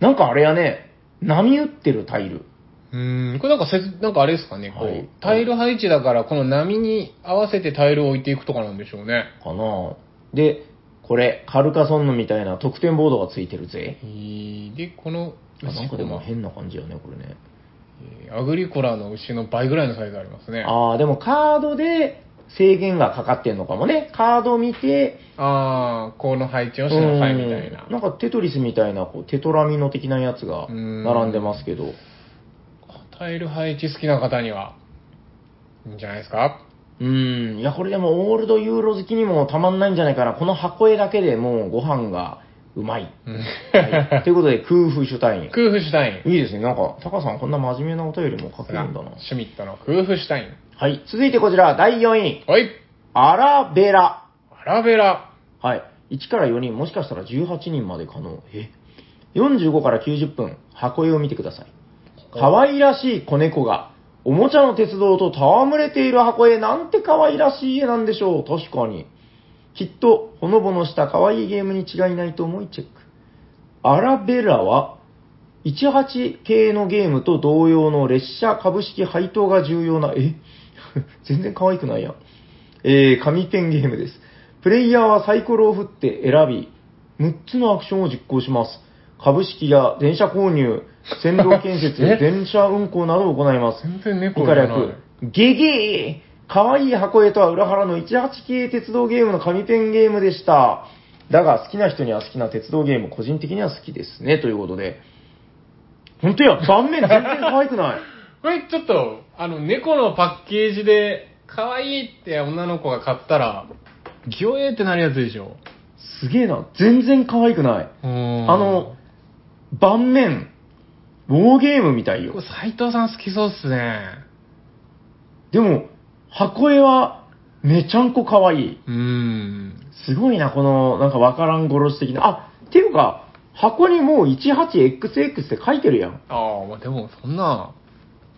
B: ぁ。なんかあれやね、波打ってるタイル。
A: うーん、これなんかせつ、なんかあれですかね、こう、
B: はい
A: タイル配置だから、この波に合わせてタイルを置いていくとかなんでしょうね。
B: かなぁで、これ、カルカソンヌみたいな得点ボードがついてるぜ。
A: えーで、この
B: あなん
A: 牛
B: か
A: こ
B: でも
A: ま、
B: 変な感じやね、これね。
A: えーアグリコラの牛の倍ぐらいのサイズありますね。
B: ああ、でもカードで制限がかかってんのかもね。カード見て、
A: あー、この配置をしなさいみたいな
B: うん。んかテトリスみたいな、こう、テトラミノ的なやつが
A: うん
B: 並んでますけど。
A: タイル配置好きな方には、いいんじゃないですか
B: うん、いや、これでもオールドユーロ好きにもたまんないんじゃないかな。この箱絵だけでもうご飯がうまい。
A: うん
B: はい、ということで、空風シュタイン。
A: クーフシュタイン。
B: いいですね。なんか、タカさんこんな真面目なお便りも書け
A: さ
B: る
A: す
B: んだ
A: が
B: な。
A: シュミットのクーフシュタイン。
B: はい。続いてこちら、第4位。
A: おい
B: アラベラ。
A: アラベラ。
B: はい。1から4人、もしかしたら18人まで可能。え ?45 から90分、箱絵を見てください。可愛らしい子猫が、おもちゃの鉄道と戯れている箱絵、なんて可愛らしい絵なんでしょう。確かに。きっと、ほのぼのした可愛いゲームに違いないと思いチェック。アラベラは、18系のゲームと同様の列車株式配当が重要な、え 全然可愛くないやん。えー、紙ペンゲームです。プレイヤーはサイコロを振って選び、6つのアクションを実行します。株式や電車 購入、線路建設
A: え、
B: 電車運行などを行います。
A: 全然猫
B: 以下
A: じゃ
B: 略
A: ない。
B: ゲゲー可愛い箱絵とは裏腹の18系鉄道ゲームの紙ペンゲームでした。だが好きな人には好きな鉄道ゲーム、個人的には好きですね、ということで。本当や、盤面全然可愛くない。
A: これちょっと、あの、猫のパッケージで、可愛いって女の子が買ったら、ギョエーってなるやつでしょ。
B: すげえな、全然可愛くない。
A: あ
B: あの、、盤面、ウォーゲームみたいよ
A: これ。斎藤さん好きそうっすね。
B: でも、箱絵はめちゃんこ可愛い。
A: うーん。
B: すごいな、この、なんかわからん殺し的な。あ、っていうか、箱にもう 18XX って書いてるやん。
A: ああ、まあでもそんな、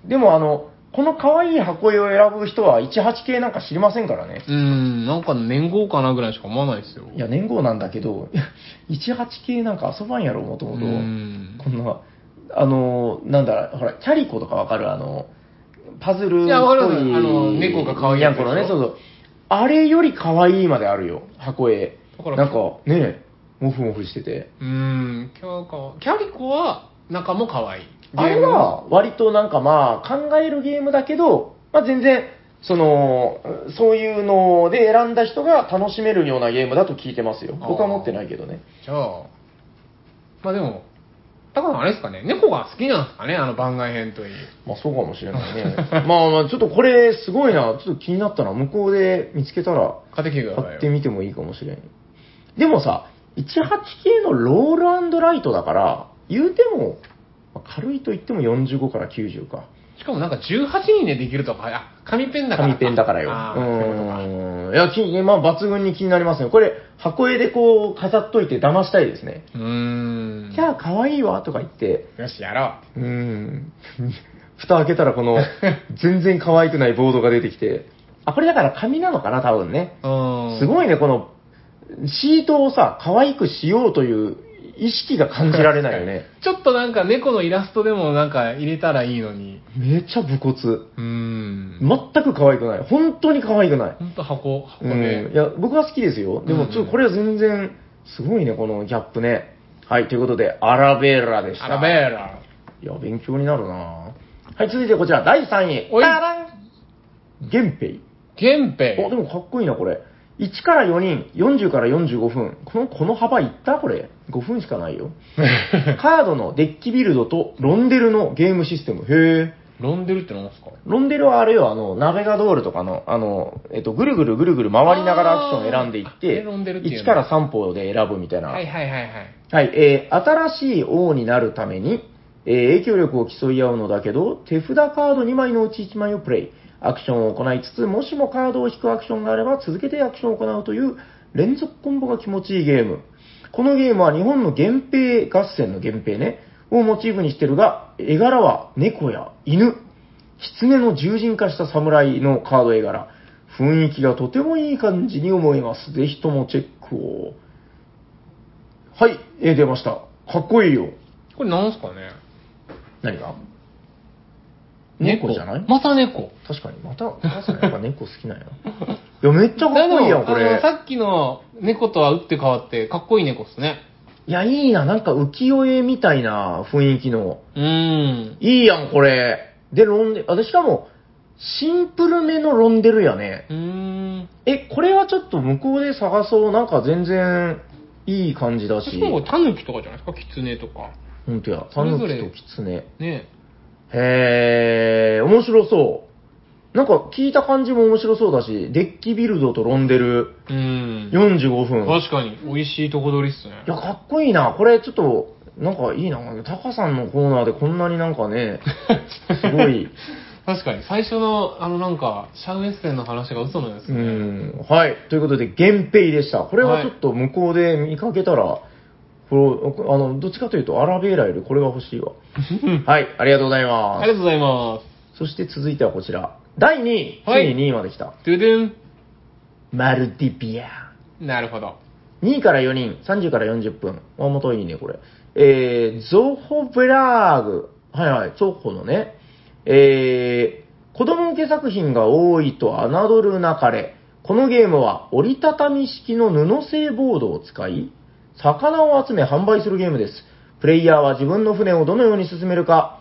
B: でもあの、この可愛い箱絵を選ぶ人は18系なんか知りませんからね。
A: うーん、なんか年号かなぐらいしか思わないですよ。
B: いや、年号なんだけど、18系なんか遊ばんやろ、もと
A: うー
B: もと。
A: ん。
B: こんな、あの、なんだ、ほら、キャリコとかわかるあの、パズルっぽい。
A: いやわかるわかるあの猫が可愛い
B: や
A: やつでし
B: んこ
A: ょ
B: のね、そうそう。あれより可愛いまであるよ、箱絵。
A: だから
B: なんか、ねもふもふしてて。
A: うーん、キャかキャリコは中も可愛い。
B: あれは、割となんかまあ、考えるゲームだけど、まあ全然、その、そういうので選んだ人が楽しめるようなゲームだと聞いてますよ。
A: あー
B: 僕は持ってないけどね。
A: じゃあ、まあでも、だからあれですかね、猫が好きなんですかね、あの番外編といい。
B: まあそうかもしれな いね。まあまあ、ちょっとこれすごいな。ちょっと気になったな。向こうで見つけたら、
A: 買ってきてください
B: 買
A: よ。
B: ってみてもいいかもしれん。でもさ、18系のロールライトだから、言うても、まあ軽いと言っても45から90か。
A: しかもなんか18人でできるとか、あ、紙ペンだから。
B: 紙ペンだからよ。
A: あ
B: う
A: ーそういうことか
B: ーん。いや、きまあ、抜群に気になりますね。これ、箱絵でこう、飾っといて騙したいですね。
A: うーん。
B: じゃあ、可愛いわ、とか言って、
A: よし、やろ
B: うーん。 蓋開けたら この、全然可愛くないボードが出てきて。あ、これだから紙なのかな、多分ね。
A: う。うん。
B: す
A: い。
B: ごいね、この、シートをさ、可愛くしようという意識が感じられないよね。
A: ちょっとなんか猫のイラストでもなんか入れたらいいのに。
B: めちゃ武骨。
A: うーん。
B: 全く可愛くない。本当に可愛くない。
A: ほんと箱、箱
B: うん、
A: ね。
B: いや、僕は好きですよ。でも、ちょっとこれは全然、すごいね、このギャップね。はい、ということで、アラベーラでした。
A: アラベーラ。
B: いや、勉強になるなはい、続いてこちら、第3位。
A: おい
B: タラン源平。
A: 源平。
B: お、でもかっこいいな、これ。1から4人、40から45分。この、この幅いったこれ。5分しかな いよ。カードのデッキビルドとロンデルのゲームシステム。へえ。
A: ロンデルって何ですか
B: ロンデルはあれよ、あの、ナベガドールとかの、あの、えっと、ぐるぐるぐるぐる回りながらアクションを選んでい
A: あーあれ
B: って、
A: ロンデルっていうの
B: 1から3歩で選ぶみたいな。
A: はいはいはいはい。
B: はい、えー、新しい王になるために、えー影響力を競い合うのだけど、手札カード2枚のうち1枚をプレイ。アクションを行いつつ、もしもカードを引くアクションがあれば、続けてアクションを行うという連続コンボが気持ちいいゲーム。このゲームは日本の源平合戦の源平ね、をモチーフにしてるが、絵柄は猫や犬、狐の獣人化した侍のカード絵柄。雰囲気がとてもいい感じに思います。ぜひともチェックを。はい、えー出ました。かっこいいよ。
A: これなんすかね
B: 何が
A: 猫
B: 猫じゃない
A: また猫。
B: 確かに、また、まさにやっぱ猫好きなんや な。いや、めっちゃかっこいいやん、こ
A: でもあの
B: れ。
A: さっきの猫とは打って変わって、かっこいい猫っすね。
B: いや、いいな、なんか浮世絵みたいな雰囲気の。
A: うーん。
B: いいやん、これ。で、ロンデあ、でしかも、シンプルめのロンデルやね。
A: うーん。
B: え、これはちょっと向こうで探そう。なんか全然、いい感じだ
A: し
B: し。
A: かも、タヌキとかじゃないですか、キツネとか。
B: ほんとや。
A: そ
B: タ
A: れ
B: ヌ
A: ぞれ
B: キとキツネ。
A: ね
B: へー、面白そう。なんか聞いた感じも面白そうだし、デッキビルドとロンデル、
A: うーん。
B: 45分。
A: 確かに、美味しいとこ取りっすね
B: い。や、かっこいいな。これ、ちょっと、なんかいいな。タカさんのコーナーでこんなになん かね、すごい。
A: 確かに、最初の、あのなんか、シャウエッセンの話が嘘のやつ
B: う
A: ね。
B: ん。はい。ということで、源平でした。これはちょっと向こうで見かけたら、これ、あの、どっちかというと、アラベーラよりこれが欲し いわ。はい。ありがとうござい
A: あ
B: ま。
A: りがとうございます
B: そして続いてはこちら。第2位。
A: はい
B: ついに2位まで来た。
A: す。ドゥドゥ
B: マルディピア。
A: ン。なるほ ど。
B: 2位から4人、30から40分。あ、もといいね、これ。えー、ゾホブラーグ。はいはい、ゾホのね。えー、子供向け作品が多いと侮るなかれ。このゲームは折りたたみ式の布製ボードを使い、魚を集め販売するゲームです。プレイヤーは自分の船をどのように進めるか、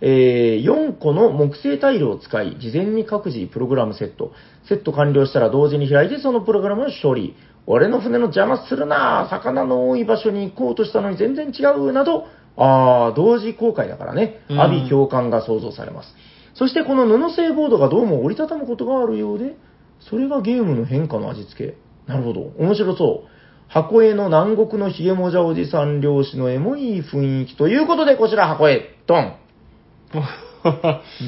B: えー4個の木製タイルを使い、事前に各自プログラムセット。セット完了したら同時に開いてそのプログラムを処理。俺の船の邪魔するな魚の多い場所に行こうとしたのに全然違うなど、あー同時公開だからね
A: う。ん
B: 阿鼻共感が想像されます。そしてこの布製ボードがどうも折りたたむことがあるようで、それがゲームの変化の味付け。なるほど。面白そう。箱絵の南国のヒゲもじゃおじさん漁師の絵もいい雰囲気ということで、こちら箱絵、ドン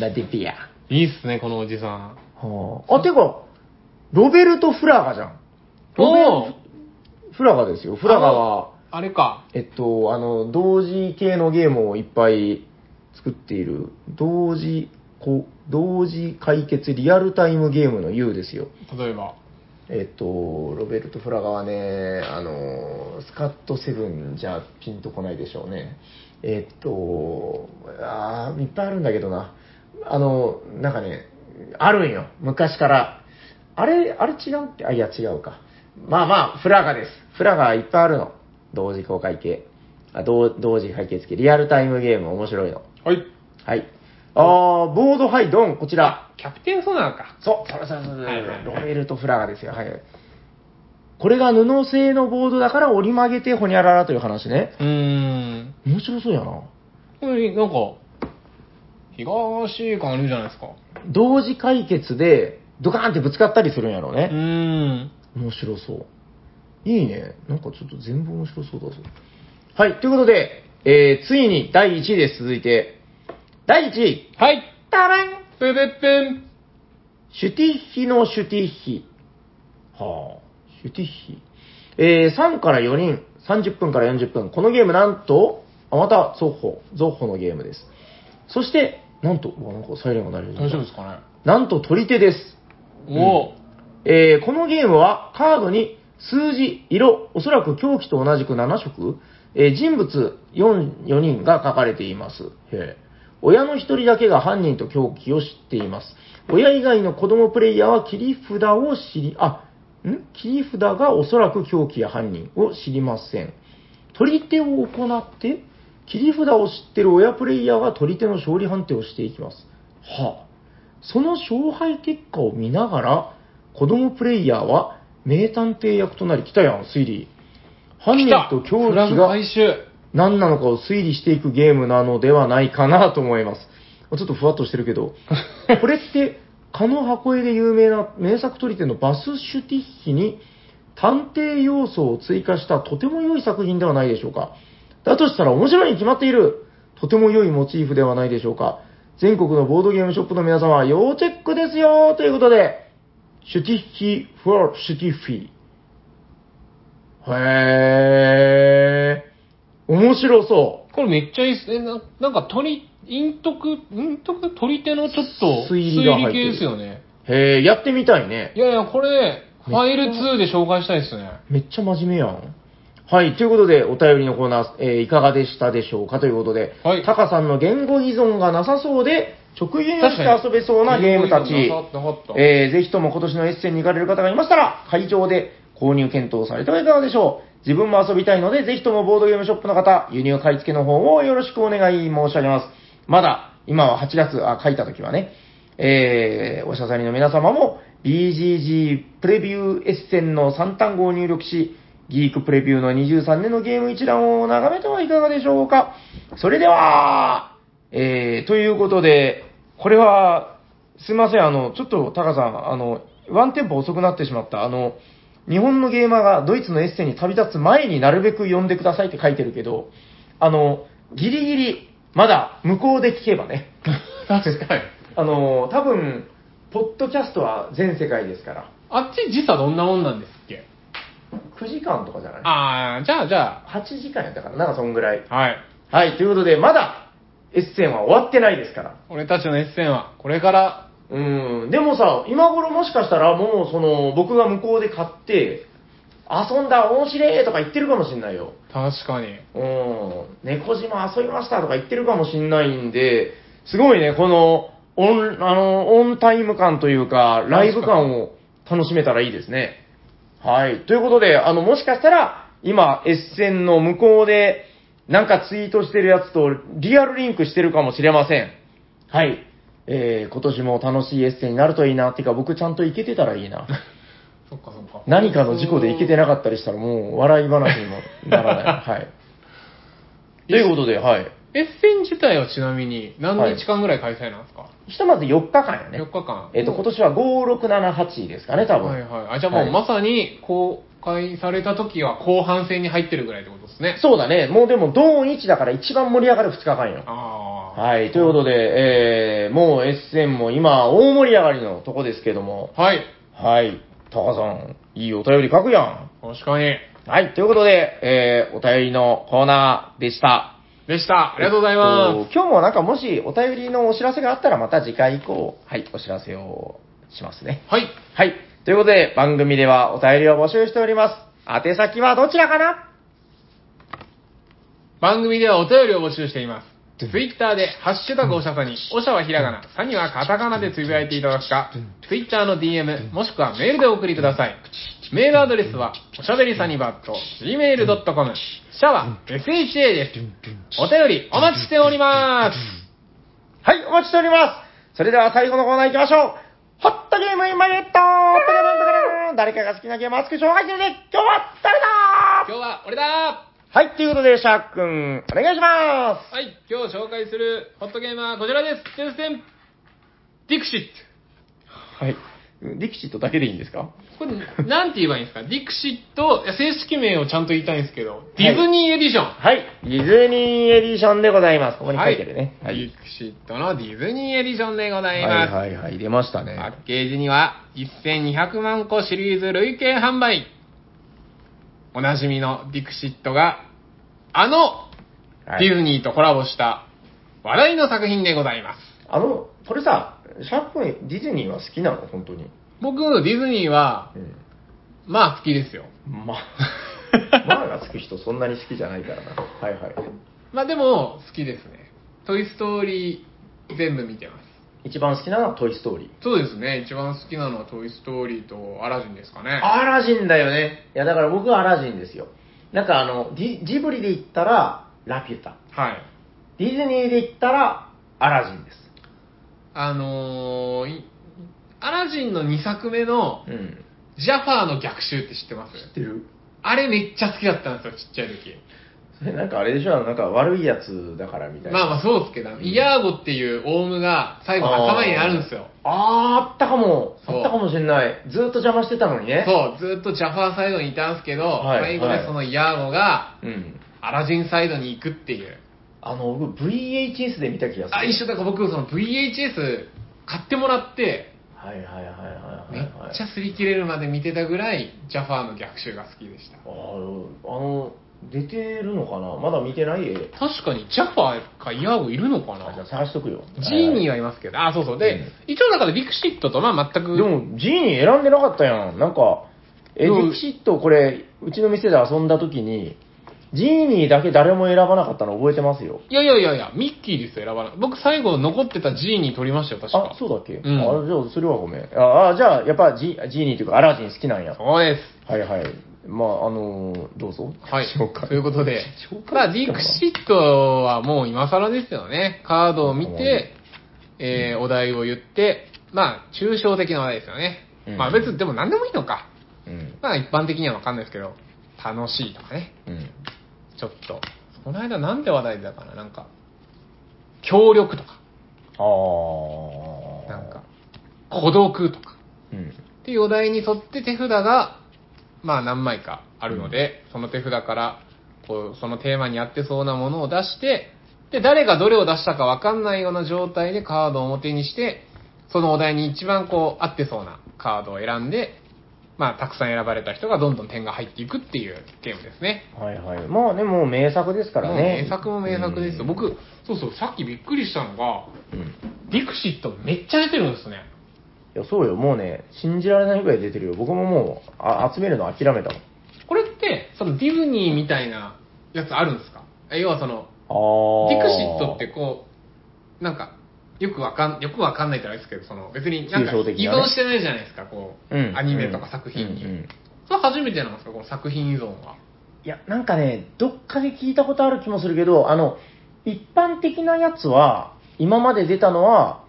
B: マデピア。
A: いいっすね、このおじさん。
B: はあ、あ、てか、ロベルト・フラガじゃん。ロベル
A: おー
B: フラガですよ。フラガは、
A: あれか。
B: えっと、あの、同時系のゲームをいっぱい作っている、同時、こ同時解決リアルタイムゲームの U ですよ。
A: 例えば。
B: えっと、ロベルト・フラガはね、あの、スカットセブンじゃピンとこないでしょうね。えっと、あーいっぱいあるんだけどな。あの、なんかね、あるんよ。昔から。あれ、あれ違うっけあ、いや違うか。まあまあ、フラガです。フラガいっぱいあるの。同時公開系。あ同同時解決系。リアルタイムゲーム面白いの。
A: はい。
B: はい。あー、ボードハイドン、こちら。
A: キャプテンソナーか。
B: そう、そうそうそうそう、
A: はいはい
B: ロベルト・フラガーですよ、はい。これが布製のボードだから折り曲げてほにゃららという話ね。
A: うーん。
B: 面白そうやな。
A: これ、なんか、東感あるじゃないですか。
B: 同時解決で、ドカーンってぶつかったりするんやろう
A: うー
B: ね。
A: ん。
B: 面白そう。いいね。なんかちょっと全部面白そうだぞ。はい、ということで、えー、ついに第1位です、続いて。第1位、
A: はい。
B: ダラン
A: ぷぷっぷん。
B: シュティッヒのシュティッヒ。はあ、シュティッヒ。えー、3から4人、30分から40分。このゲームなんと、あ、また、ゾッホ、ゾッホのゲームです。そして、なんと、うわなんかサイレンが鳴り始
A: 大
B: めた
A: 丈夫ですかね
B: なんと、取り手です。
A: おー。
B: えーこのゲームはカードに数字、色、おそらく狂気と同じく7色、えー人物 4, 4人が書かれています。へー親の1人だけが犯人と狂気を知っています。親以外の子供プレイヤーは切り札を知り、あ、ん切り札がおそらく狂気や犯人を知りません。取り手を行って、切り札を知ってる親プレイヤーが取り手の勝利判定をしていきます。はあ、その勝敗結果を見ながら、子供プレイヤーは名探偵役となり、来たやん、推理。犯人
A: 来た
B: と狂
A: フラ
B: 気
A: グ
B: が
A: 回収。
B: 何なのかを推理していくゲームなのではないかなと思います。ちょっとふわっとしてるけど、これって、蚊の箱絵で有名な名作取り手のバス・シュティッヒに探偵要素を追加したとても良い作品ではないでしょうか。だとしたら面白いに決まっている。とても良いモチーフではないでしょうか。全国のボードゲームショップの皆様、要チェックですよということで、シュティッヒ・フォー・シュティッフィ。へー。面白そ
A: これめっちゃいいっすね。ななんか鳥、陰徳、陰徳鳥手のちょっと推
B: 推理が
A: 理
B: 入ってる
A: 系ですよね。
B: う。へー、やってみたいね
A: い。やいや、これ、
B: めっちゃ
A: ファイル2で紹介したいですね。
B: めっちゃ真面目やん。はい、ということで、お便りのコーナー、えーいかがでしたでしょうかということで、
A: はい
B: タカさんの言語依存がなさそうで、直言して遊べそうなゲームたち。
A: なかったなかった
B: えーぜひとも今年のエッセンに行かれる方がいましたら、会場で購入検討されてはいかがでしょう。自分も遊びたいので、ぜひともボードゲームショップの方、輸入買い付けの方をよろしくお願い申し上げます。まだ、今は8月、あ、書いた時はね、えーおしゃさりの皆様も、BGG プレビューエッセンの3単語を入力し、ギークプレビューの23年のゲーム一覧を眺めてはいかがでしょうか。それでは、えーということで、これは、すいません、あの、ちょっと、タカさん、あの、ワンテンポ遅くなってしまった。あの、日本のゲーマーがドイツのエッセンに旅立つ前になるべく呼んでくださいって書いてるけど、あの、ギリギリ、まだ向こうで聞けばね。
A: 確かに。
B: あの、多分、ポッドキャストは全世界ですから、
A: あっち時差どんなもんなんですっけ
B: 9時間とかじゃない
A: あー、じゃあじゃ
B: ?8 時間やったから、なんかそんぐらい。
A: あ。はい。
B: はい、ということで、まだ、エッセンは終わってないですから。
A: 俺たちのエッセンは、これから、
B: うん、でもさ、今頃もしかしたらもうその、僕が向こうで買って、遊んだ、面白いとか言ってるかもしんないよ。
A: 確かに。
B: うん、猫島遊びましたとか言ってるかもしんないんで、すごいね、この、オン、あの、オンタイム感というか、ライブ感を楽しめたらいいですね。はい。ということで、あの、もしかしたら、今、エッセンの向こうで、なんかツイートしてるやつと、リアルリンクしてるかもしれません。はい。えー、今年も楽しいエッセンになるといいな。てか、僕ちゃんと行けてたらいいな。
A: そっかそっか。
B: 何かの事故で行けてなかったりしたら、もう笑い話にもなら ない。はい。ということで、はい。
A: エッセン自体はちなみに何日間ぐらい開催なんですか、
B: ひとまず4日間やね
A: 4。日間。
B: えっ、と、今年は5、6、7、8ですかね、多分。
A: はいはい。あ、じゃあもう
B: はい
A: まさに公開された時は後半戦に入ってるぐらいってことですね。
B: そうだね。もうでも、同日だから一番盛り上がる2日間よ。
A: ああ。
B: はい。ということで、えー、もう SN も今、大盛り上がりのとこですけども。
A: はい。
B: はい。タカさん、いいお便り書くやん。
A: 確かに。
B: はい。ということで、えー、お便りのコーナーでした。
A: でした。ありがとうございます。
B: えっと今日もなんかもしお便りのお知らせがあったらまた次回以降、はい、お知らせをしますね。
A: はい。
B: はい。ということで、番組ではお便りを募集しております。宛先はどちらかな
A: 番組ではお便りを募集しています。ツイッターで、ハッシュタグおしゃさに、おしゃはひらがな、さにはカタカナでつぶやいていただくか、ツイッターの DM、もしくはメールでお送りください。メールアドレスは、おしゃべりさにばっと、gmail.com、シャワー、sha です。お便りお待ちしております。
B: はい、お待ちしております。それでは最後のコーナー行きましょう。ホットゲームインマイネットペカペンペカペン誰かが好きなゲームを熱く紹介するね今日は誰だ
A: 今日は俺だ
B: はい、ということで、シャークくん、お願いしま
A: はい、今日紹介するホットゲームはこちらです。テンテンディクシット。
B: す。はい。ディキシットだけでいいんですか
A: これ、なんて言えばいいんですかディクシット、いや正式名をちゃんと言いたいんですけど、ディズニーエディション。
B: はい、ディズニーエディションでございます。ここに書いてるね。
A: はい。ディクシットのディズニーエディションでござい
B: は
A: ま
B: い
A: す。
B: はいはい、出ましたね。
A: パッケージには、1200万個シリーズ累計販売。おなじみのディクシットが、あの、
B: はい
A: ディズニーとコラボした話題の作品でございます。
B: あの、これさ、シャーク君、ディズニーは好きなの本当に。
A: 僕、ディズニーは、
B: うん。
A: まあ好きですよ。
B: ま、 まあがつく人そんなに好きじゃないからな。はいはい。
A: まあでも、好きですね。トイストーリー全部見てます。
B: 一番好きなのはトイ・ストーリー。
A: そうですね。一番好きなのはトイストーリーとアラジンですかね。
B: アラジンだよね。いや、だから僕はアラジンですよ。なんかあの、ジジブリで言ったら、ラピュタ。
A: はい。
B: ディズニーで言ったら、アラジンです。
A: あのーいアラジンの2作目の
B: うん。
A: ジャファーの逆襲って知ってます
B: 知ってる
A: あれめっちゃ好きだったんですよ、ちっちゃい時。
B: それなんかあれでしょなんか悪いやつだからみたいな。
A: まあまあそうですけど、イヤーゴっていうオウムが最後仲間になるんですよ。
B: あーあったかも。
A: そう
B: あったかもしれない。ずーっと邪魔してたのにね。
A: そう、ずっとジャファーサイドにいたんですけど、
B: は
A: 最
B: い
A: 後
B: は
A: で
B: い
A: そのイヤーゴが
B: う。ん。
A: アラジンサイドに行くっていう。
B: あの、僕 VHS で見た気がする。
A: あ、一緒だから僕、その VHS 買ってもらって、
B: はいはいはいはいはい、
A: め
B: はい。
A: っちゃ擦り切れるまで見てたぐらい、ジャファーの逆襲が好きでした。
B: あの、あの出てるのかなまだ見てない絵。
A: 確かに、ジャファーかイヤオいるのか
B: あじゃあ
A: な
B: 探しとくよ。
A: ジーニー
B: は
A: はいますけど、あ、そうそう。で、
B: うん
A: 一応だからビクシットとまあ全
B: い
A: く、
B: でも、ジーニー選んでなかったやん。なんか、え、デ
A: どう
B: ィクシットこれ、うちの店で遊んだ時に、ジーニーだけ誰も選ばなかったの覚えてますよ。
A: いやいやいやいや、ミッキーですよ、選ばない。僕最後残ってたジーニー取りましたよ、確か。
B: あ、そうだっけ、
A: うん
B: あ、じゃあ、それはごめん。あ、あじゃあ、やっぱジジーニーというか、アラジン好きなんや。
A: そうです。
B: はいはい。まあ、あのーどうぞ。
A: はい
B: 紹。介
A: ということで、
B: 紹介
A: まあ、ディクシットはもう今更ですよね。カードを見て、えー、お題を言って、まあ、抽象的な話題ですよね。
B: うん
A: まあ別に、でも何でもいいのか。
B: うん。
A: まあ一般的にはわかんないですけど、楽しいとかね。
B: うん。
A: ちょっと。この間なんて話題だったかななんか、協力とか、
B: ああ。
A: なんか、孤独とか。
B: うん。
A: っていうお題に沿って手札が、まあ何枚かあるので、その手札から、こう、そのテーマに合ってそうなものを出して、で、誰がどれを出したかわかんないような状態でカードを表にして、そのお題に一番こう、合ってそうなカードを選んで、まあ、たくさん選ばれた人がどんどん点が入っていくっていうゲームですね。
B: はいはい。まあね、もう名作ですから
A: もう
B: ね。
A: 名作も名作ですよ。
B: うん、
A: 僕、そうそう、さっきびっくりしたのが、
B: うん。い
A: ディクシットめっちゃ出てるんですね。
B: や、そうよ。もうね、信じられないぐらい出てるよ。僕ももう、あ集めるの諦めた
A: これって、そのディズニーみたいなやつあるんですかえ要はその、
B: もん。
A: ディ
B: ああ。
A: クシットってこう、なんか、よくわかん、よくわかんないってあれですけど、その、別になんか
B: 抽象的なね
A: 依存してないじゃないですか、こう、
B: うん
A: アニメとか作品に。
B: うんうん
A: それ初めてなんですか、この作品依存は。
B: いや、なんかね、どっかで聞いたことある気もするけど、あの、一般的なやつは、今まで出たのは、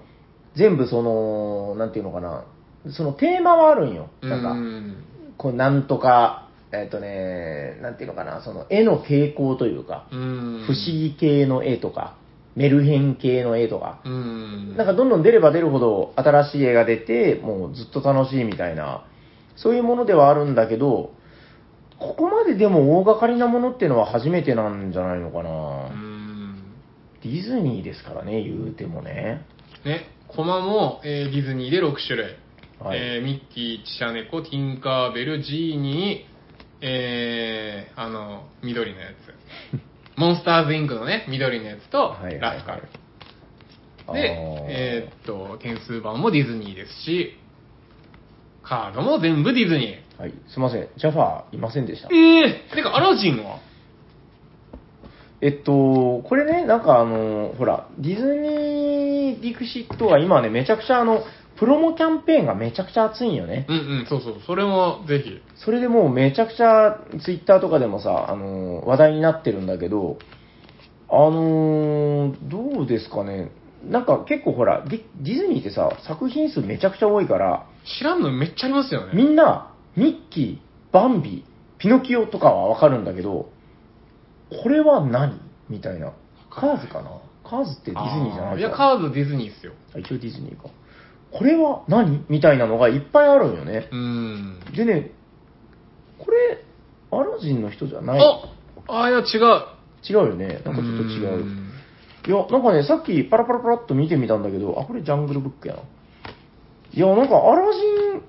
B: 全部その、なんていうのかな、そのテーマはあるんよ。なんか、
A: うん
B: こう、なんとか、えっ、とね、なんていうのかな、その、絵の傾向というか、
A: うん。
B: 不思議系の絵とか、メルヘン系の絵とか、
A: うん。
B: なんかどんどん出れば出るほど新しい絵が出て、もうずっと楽しいみたいな、そういうものではあるんだけど、ここまででも大掛かりなものっていうのは初めてなんじゃないのか
A: う
B: な。
A: ん。
B: ディズニーですからね、言うてもね。
A: ね、コマも、えーディズニーで6種類。
B: はい
A: えーミッキー、チシャネコ、ティンカーベル、ジーニー、えーあの、緑のやつ。 モンスターズインクのね、緑のやつと、
B: はいはいはい
A: ラスカル。
B: あー
A: で、えーっと、点数版もディズニーですし、カードも全部ディズニー。
B: はい、すいません、ジャファーいませんでした。
A: ええてか、アラジンは
B: えっと、これね、なんかあの、ほら、ディズニー・ディクシットは今ね、めちゃくちゃあの、プロモキャンペーンがめちゃくちゃ熱いんよね。
A: うんうん、そうそう、それもぜひ。
B: それでもうめちゃくちゃツイッターとかでもさ、あのー話題になってるんだけど、あのーどうですかね。なんか結構ほら、ディディズニーってさ、作品数めちゃくちゃ多いから、
A: 知らんのめっちゃありますよ
B: み
A: ね。
B: んな、ミッキー、バンビ、ピノキオとかはわかるんだけど、これは何みたいな。カーズかなカーズってディズニーじゃない
A: あ
B: か
A: いや、カーズディズニーっすよ。
B: あ一応ディズニーか。これは何みたいなのがいっぱいあるんよね。
A: うーん。
B: でね、これ、アラジンの人じゃない。
A: ああ、いや、違う。
B: 違うよね。なんかちょっと違
A: うー
B: う。
A: ん
B: いや、なんかね、さっきパラパラパラっと見てみたんだけど、あ、これジャングルブックやな。いや、なんかアラジン、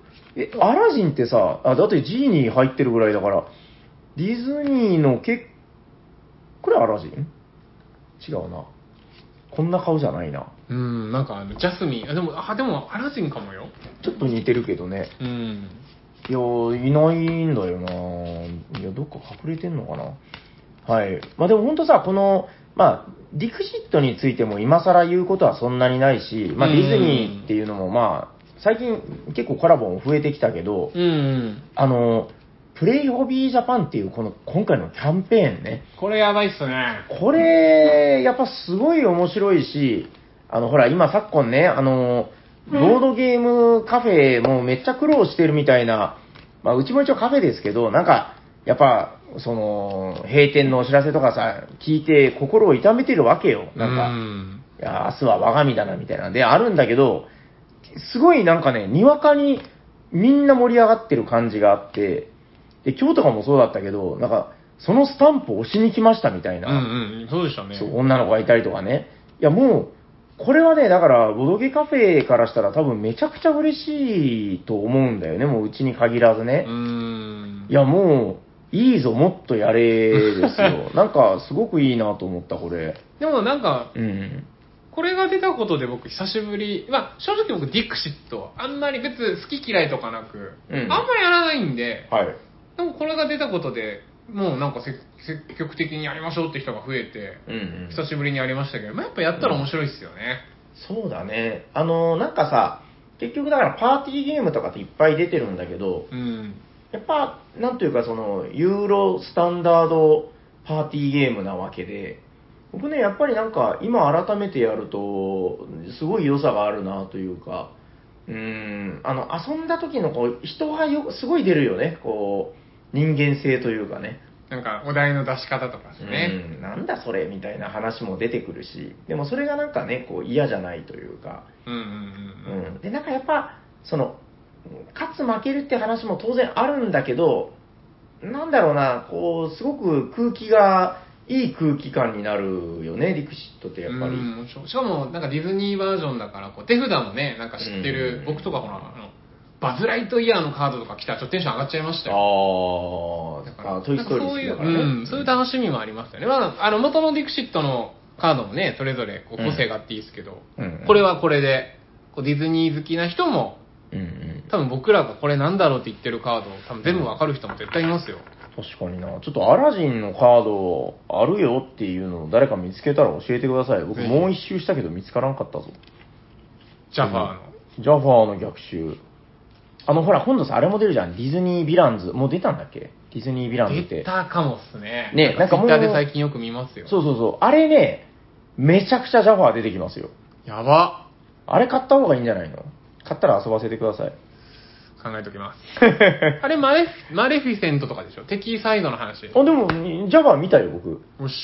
B: え、アラジンってさ、あ、だってジーニー入ってるぐらいだから、ディズニーの結、これアラジン違うな。こんな顔じゃないな。
A: うん、なんかあの、ジャスミン。あ、でも、あ、でも、アラジンかもよ。
B: ちょっと似てるけどね。
A: うん。
B: いやー、いないんだよないや、どっか隠れてんのかなはい。まあでも本当さ、この、まあ、ディクシットについても今更言うことはそんなにないし、まあ
A: う
B: デ
A: ん
B: ィズニーっていうのもまあ、最近結構コラボも増えてきたけど、
A: うん、うん。
B: あの、プレイホビージャパンっていうこの今回のキャンペーンね、
A: これやばいっすね。
B: これ、やっぱすごい面白いし、あの、ほら、今昨今ね、あの、ボードゲームカフェもめっちゃ苦労してるみたいな、まあ、うちも一応カフェですけど、なんか、やっぱ、その、閉店のお知らせとかさ、聞いて心を痛めてるわけよ。なんか、
A: うん
B: いや、明日は我が身だな、みたいなんで、あるんだけど、すごいなんかね、にわかにみんな盛り上がってる感じがあって、で、今日とかもそうだったけど、なんか、そのスタンプを押しに来ましたみたい
A: うん
B: な、
A: うん、そうでしたね。
B: そう女の子がいたりとかね。いや、もう、これはね、だから、ボドゲカフェからしたら多分めちゃくちゃ嬉しいと思うんだよね、もううちに限らずね。
A: うーん。
B: いや、もう、いいぞ、もっとやれです よ。なんか、すごくいいなと思った、これ。
A: でもなんか、
B: うん。
A: これが出たことで僕久しぶり、まあ正直僕ディクシット、あんまり別に好き嫌いとかなく、
B: うん
A: あんまやらないんで、
B: はい。
A: でもこれが出たことで、もうなんかせ積極的にやりましょうって人が増えて、
B: うん、うん
A: 久しぶりにやりましたけど、まあ、やっぱやったら面白いっすよね。
B: そうだね。あの、なんかさ、結局だからパーティーゲームとかっていっぱい出てるんだけど、
A: うん。
B: やっぱ、なんというかその、ユーロスタンダードパーティーゲームなわけで、僕ね、やっぱりなんか、今改めてやると、すごい良さがあるなというか、うーん、あの、遊んだ時のこう、人がよ、すごい出るよね、こう、人間性というかね。
A: なんかお題の出し方とかですね。
B: うん、なんだそれみたいな話も出てくるし、でもそれがなんかね、こう、嫌じゃないというか、
A: うんうんうんうん。
B: でなんかやっぱその勝つ負けるって話も当然あるんだけどなんだろうなこうすごく空気がいい空気感になるよねリクシットってやっぱ
A: う
B: り、
A: んしょしかもなんかディズニーバージョンだからこう手札もねなんか知ってる、
B: うん
A: 僕とかほらあのバズ・ライトイヤーのカードとか来たらちょっとテンション上がっちゃいましたよ
B: あー
A: だから
B: あトイ・ストーリー好きだからね
A: なんかそういう、うん、そういう楽しみもありましたよね、まあ、あの元のディクシットのカードもねそれぞれこう個性があっていいですけど、
B: うん
A: これはこれでこうディズニー好きな人も
B: うんうん
A: 多分僕らがこれなんだろうって言ってるカード多分全部わかる人も絶対いますよ
B: 確かになちょっとアラジンのカードあるよっていうのを誰か見つけたら教えてください僕
A: ぜひ
B: もう一周したけど見つからんかったぞ
A: ジャファーの、
B: ジャファーの逆襲あのほら今度さあれも出るじゃんディズニー・ヴィランズもう出たんだっけディズニー・ヴィランズって
A: 出たかもっすね
B: ねなんかもう
A: Twitter で最近よく見ますよ
B: そうそうそう。あれね、めちゃくちゃジャファー出てきますよ。
A: やば
B: あれ買った方がいいんじゃないの買ったら遊ばせてくだ さい。
A: 考えときますあれマレフマレフィセントとかでしょ敵サイドの話
B: あ、でも、ジャファー見たよ、僕。
A: よし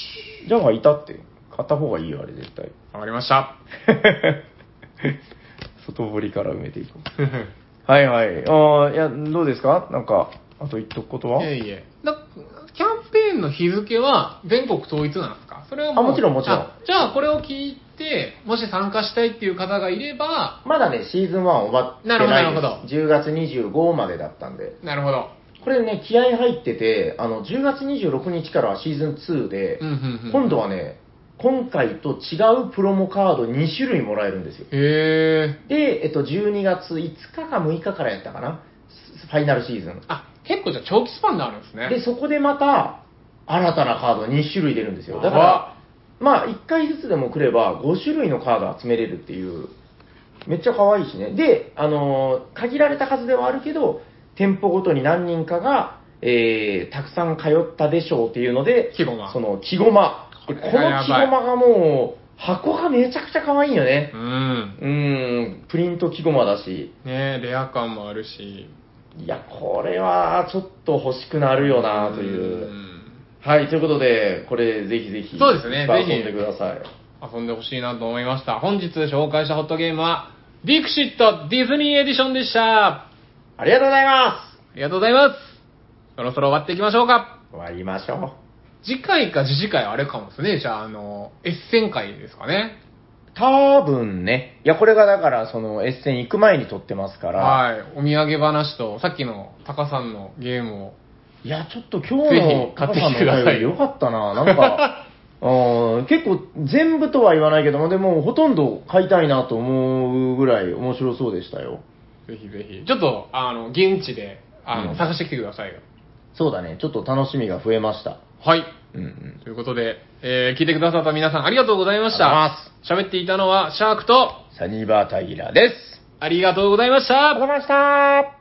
B: ジャファーいたって。買った方がいいよ、あれ絶対。
A: わかりました
B: 外堀から埋めていこう。はいはい。あーいや、どうですかなんか、あと言っとくことはい
A: えいえだキャンペーンの日付は全国統一なんですかそれはもう
B: あもちろんもちろん
A: あじゃあこれを聞いてもし参加したいっていう方がいれば
B: まだね、シーズン1終わってないです。
A: なるほどなるほ
B: 10月25までだったんで。
A: なるほど
B: これね、気合入ってて、あの、10月26日からはシーズン2で、
A: うんうんうん
B: 今度はね、今回と違うプロモカード2種類もらえるんですよ。
A: へえ
B: で、えっと、12月5日か6日からやったかな、スファイナルシーズン。
A: あ結構じゃあ長期スパンであるんですね
B: で、そこでまた、新たなカード2種類出るんですよ。だか
A: あ
B: ら、まあ、1回ずつでもくれば、5種類のカード集めれるっていう、めっちゃ可愛いしね。で、あのー限られた数ではあるけど、店舗ごとに何人かが、えー、たくさん通ったでしょうっていうので、
A: 季語が
B: その、木駒。で
A: こ
B: こ
A: れ
B: の
A: がや
B: 木
A: ばい
B: 駒がもう、箱がめちゃくちゃ可愛いよね
A: う。ん
B: うーん、プリント木駒だし、
A: ねレア感もあるし
B: いや、これはちょっと欲しくなるよなという。
A: ん
B: はい、ということで、これぜひぜひ、
A: そうですね
B: いっぱい
A: ぜひ
B: 遊んでください。
A: 遊んでほしいなと思いました本日紹介したホットゲームはディクシットディズニーエディションでしたあ
B: ありがとうございます
A: りがとうございますそろそろ終わっていきましょうか
B: 終わりましょ
A: 次回か次次回はあれかもですねじゃああのエッセン会ですかね
B: う。多分ね、いや、これがだから、その、エッセン行く前に撮ってますから、
A: はいお土産話とさっきのタカさんのゲームを
B: い、や、ちょっと今日
A: ぜひ
B: の
A: 買ってきてください
B: パパのお便りよかったなな んか、うん結構全部とは言わないけども、でもほとんど買いたいなと思うぐらい面白そうでしたよ。
A: ぜひぜひちょっとあの現地であの、
B: うん
A: 探してきてくださいよ
B: そうだね、ちょっと楽しみが増えました。
A: はい
B: うんうん。
A: ということで、えー聞いてくださった皆さんありがとうございまし
B: ありが
A: た喋っていたのはシャークと
B: サニーバータイラです。
A: ありがとうございました
B: ありがとうございました